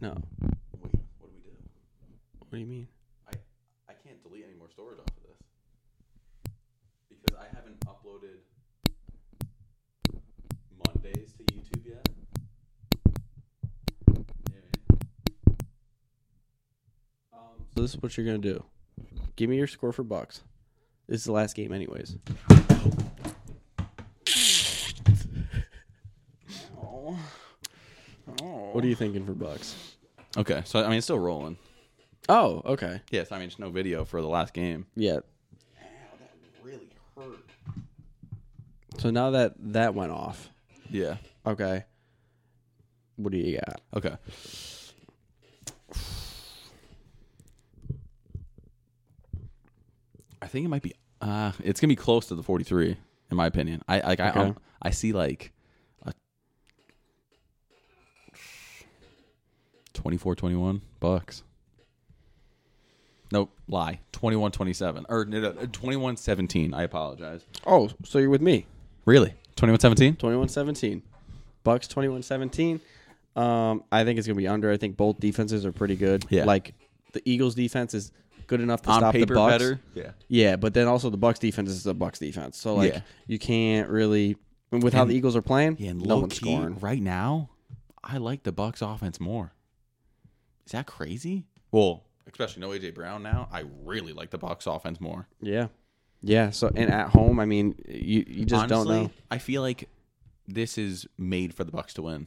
Speaker 1: No.
Speaker 2: Wait, what do we do?
Speaker 1: What do you mean?
Speaker 2: I I can't delete any more storage off of this because I haven't uploaded Mondays to YouTube yet. Yeah.
Speaker 1: So this is what you're going to do give me your score for Bucks. This is the last game, anyways. What are you thinking for Bucks?
Speaker 2: Okay, so I mean, it's still rolling.
Speaker 1: Oh, okay.
Speaker 2: Yes, I mean, just no video for the last game.
Speaker 1: Yeah.
Speaker 2: Really hurt.
Speaker 1: So now that that went off,
Speaker 2: Yeah.
Speaker 1: okay. What do you got?
Speaker 2: Okay. I think it might be. Uh, it's gonna be close to the forty-three, in my opinion. I like. I um,
Speaker 1: Okay.
Speaker 2: I see like a 24, 21 bucks. Nope, lie. 21, 27. Or no, no, 21, 17. I apologize.
Speaker 1: Oh, so you're with me.
Speaker 2: Really? 21, 17?
Speaker 1: 21-17. Bucks 21-17. Um, I think it's going to be under. I think both defenses are pretty good.
Speaker 2: Yeah.
Speaker 1: Like the Eagles defense is good enough to
Speaker 2: on
Speaker 1: stop
Speaker 2: paper
Speaker 1: the Bucks.
Speaker 2: better. Yeah.
Speaker 1: Yeah, but then also the Bucks defense is the Bucks defense. So like
Speaker 2: Yeah.
Speaker 1: you can't really with how the Eagles are playing,
Speaker 2: And
Speaker 1: no
Speaker 2: low
Speaker 1: one's
Speaker 2: key,
Speaker 1: scoring.
Speaker 2: right now, I like the Bucks offense more. Is that crazy? Well,
Speaker 3: especially no AJ Brown now. I really like the Bucks offense more.
Speaker 1: Yeah. Yeah, so and at home, I mean, you you just
Speaker 2: honestly,
Speaker 1: don't know.
Speaker 2: I feel like
Speaker 3: This is made for the Bucks to win.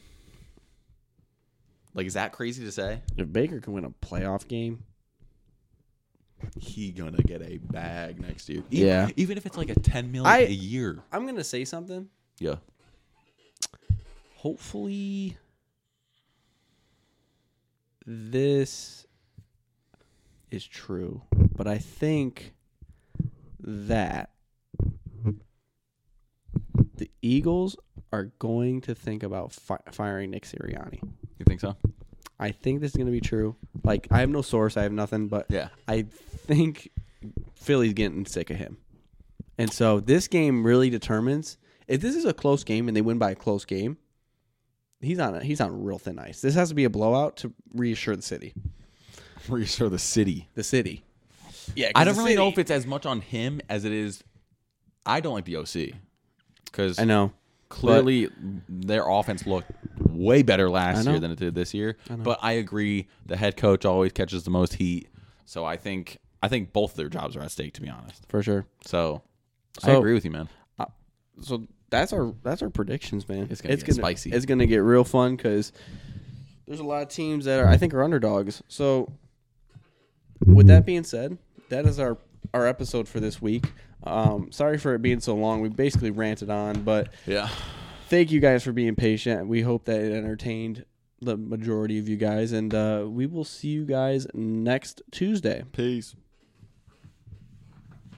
Speaker 3: Like, is that crazy to say?
Speaker 1: If Baker can win a playoff game,
Speaker 3: He gonna get a bag next year.
Speaker 2: even,
Speaker 1: Yeah.
Speaker 2: even if it's like a 10 million
Speaker 1: I-
Speaker 2: a year.
Speaker 1: I'm going to say something.
Speaker 2: Yeah.
Speaker 1: Hopefully this is true, but I think that the Eagles are going to think about fi- firing Nick Sirianni.
Speaker 2: You think so?
Speaker 1: I think this is going to be true. Like I have no source, I have nothing, but
Speaker 2: Yeah.
Speaker 1: I think Philly's getting sick of him. And so this game really determines if this is a close game and they win by a close game, he's on he's on real thin ice. This has to be a blowout to reassure the city.
Speaker 2: Reassure the city.
Speaker 1: The city. Yeah, 'cause
Speaker 2: I don't
Speaker 1: the
Speaker 2: really know
Speaker 1: city-
Speaker 2: if it's as much on him as it is. I don't like the OC because
Speaker 1: I know.
Speaker 2: clearly their offense looked way better last
Speaker 1: know.
Speaker 2: year than it did this year. but I agree, the head coach always catches the most heat. So I think I think both their jobs are at stake, to be honest.
Speaker 1: For sure.
Speaker 2: So, I
Speaker 1: So-
Speaker 2: agree with you, man.
Speaker 1: so that's our that's our predictions, man.
Speaker 2: It's gonna get spicy.
Speaker 1: It's gonna get real fun because there's a lot of teams that are I think are underdogs. So with that being said, that is our our episode for this week. Um, sorry for it being so long. We basically ranted on, but
Speaker 2: Yeah,
Speaker 1: thank you guys for being patient. We hope that it entertained the majority of you guys, and uh, we will see you guys next Tuesday.
Speaker 2: peace.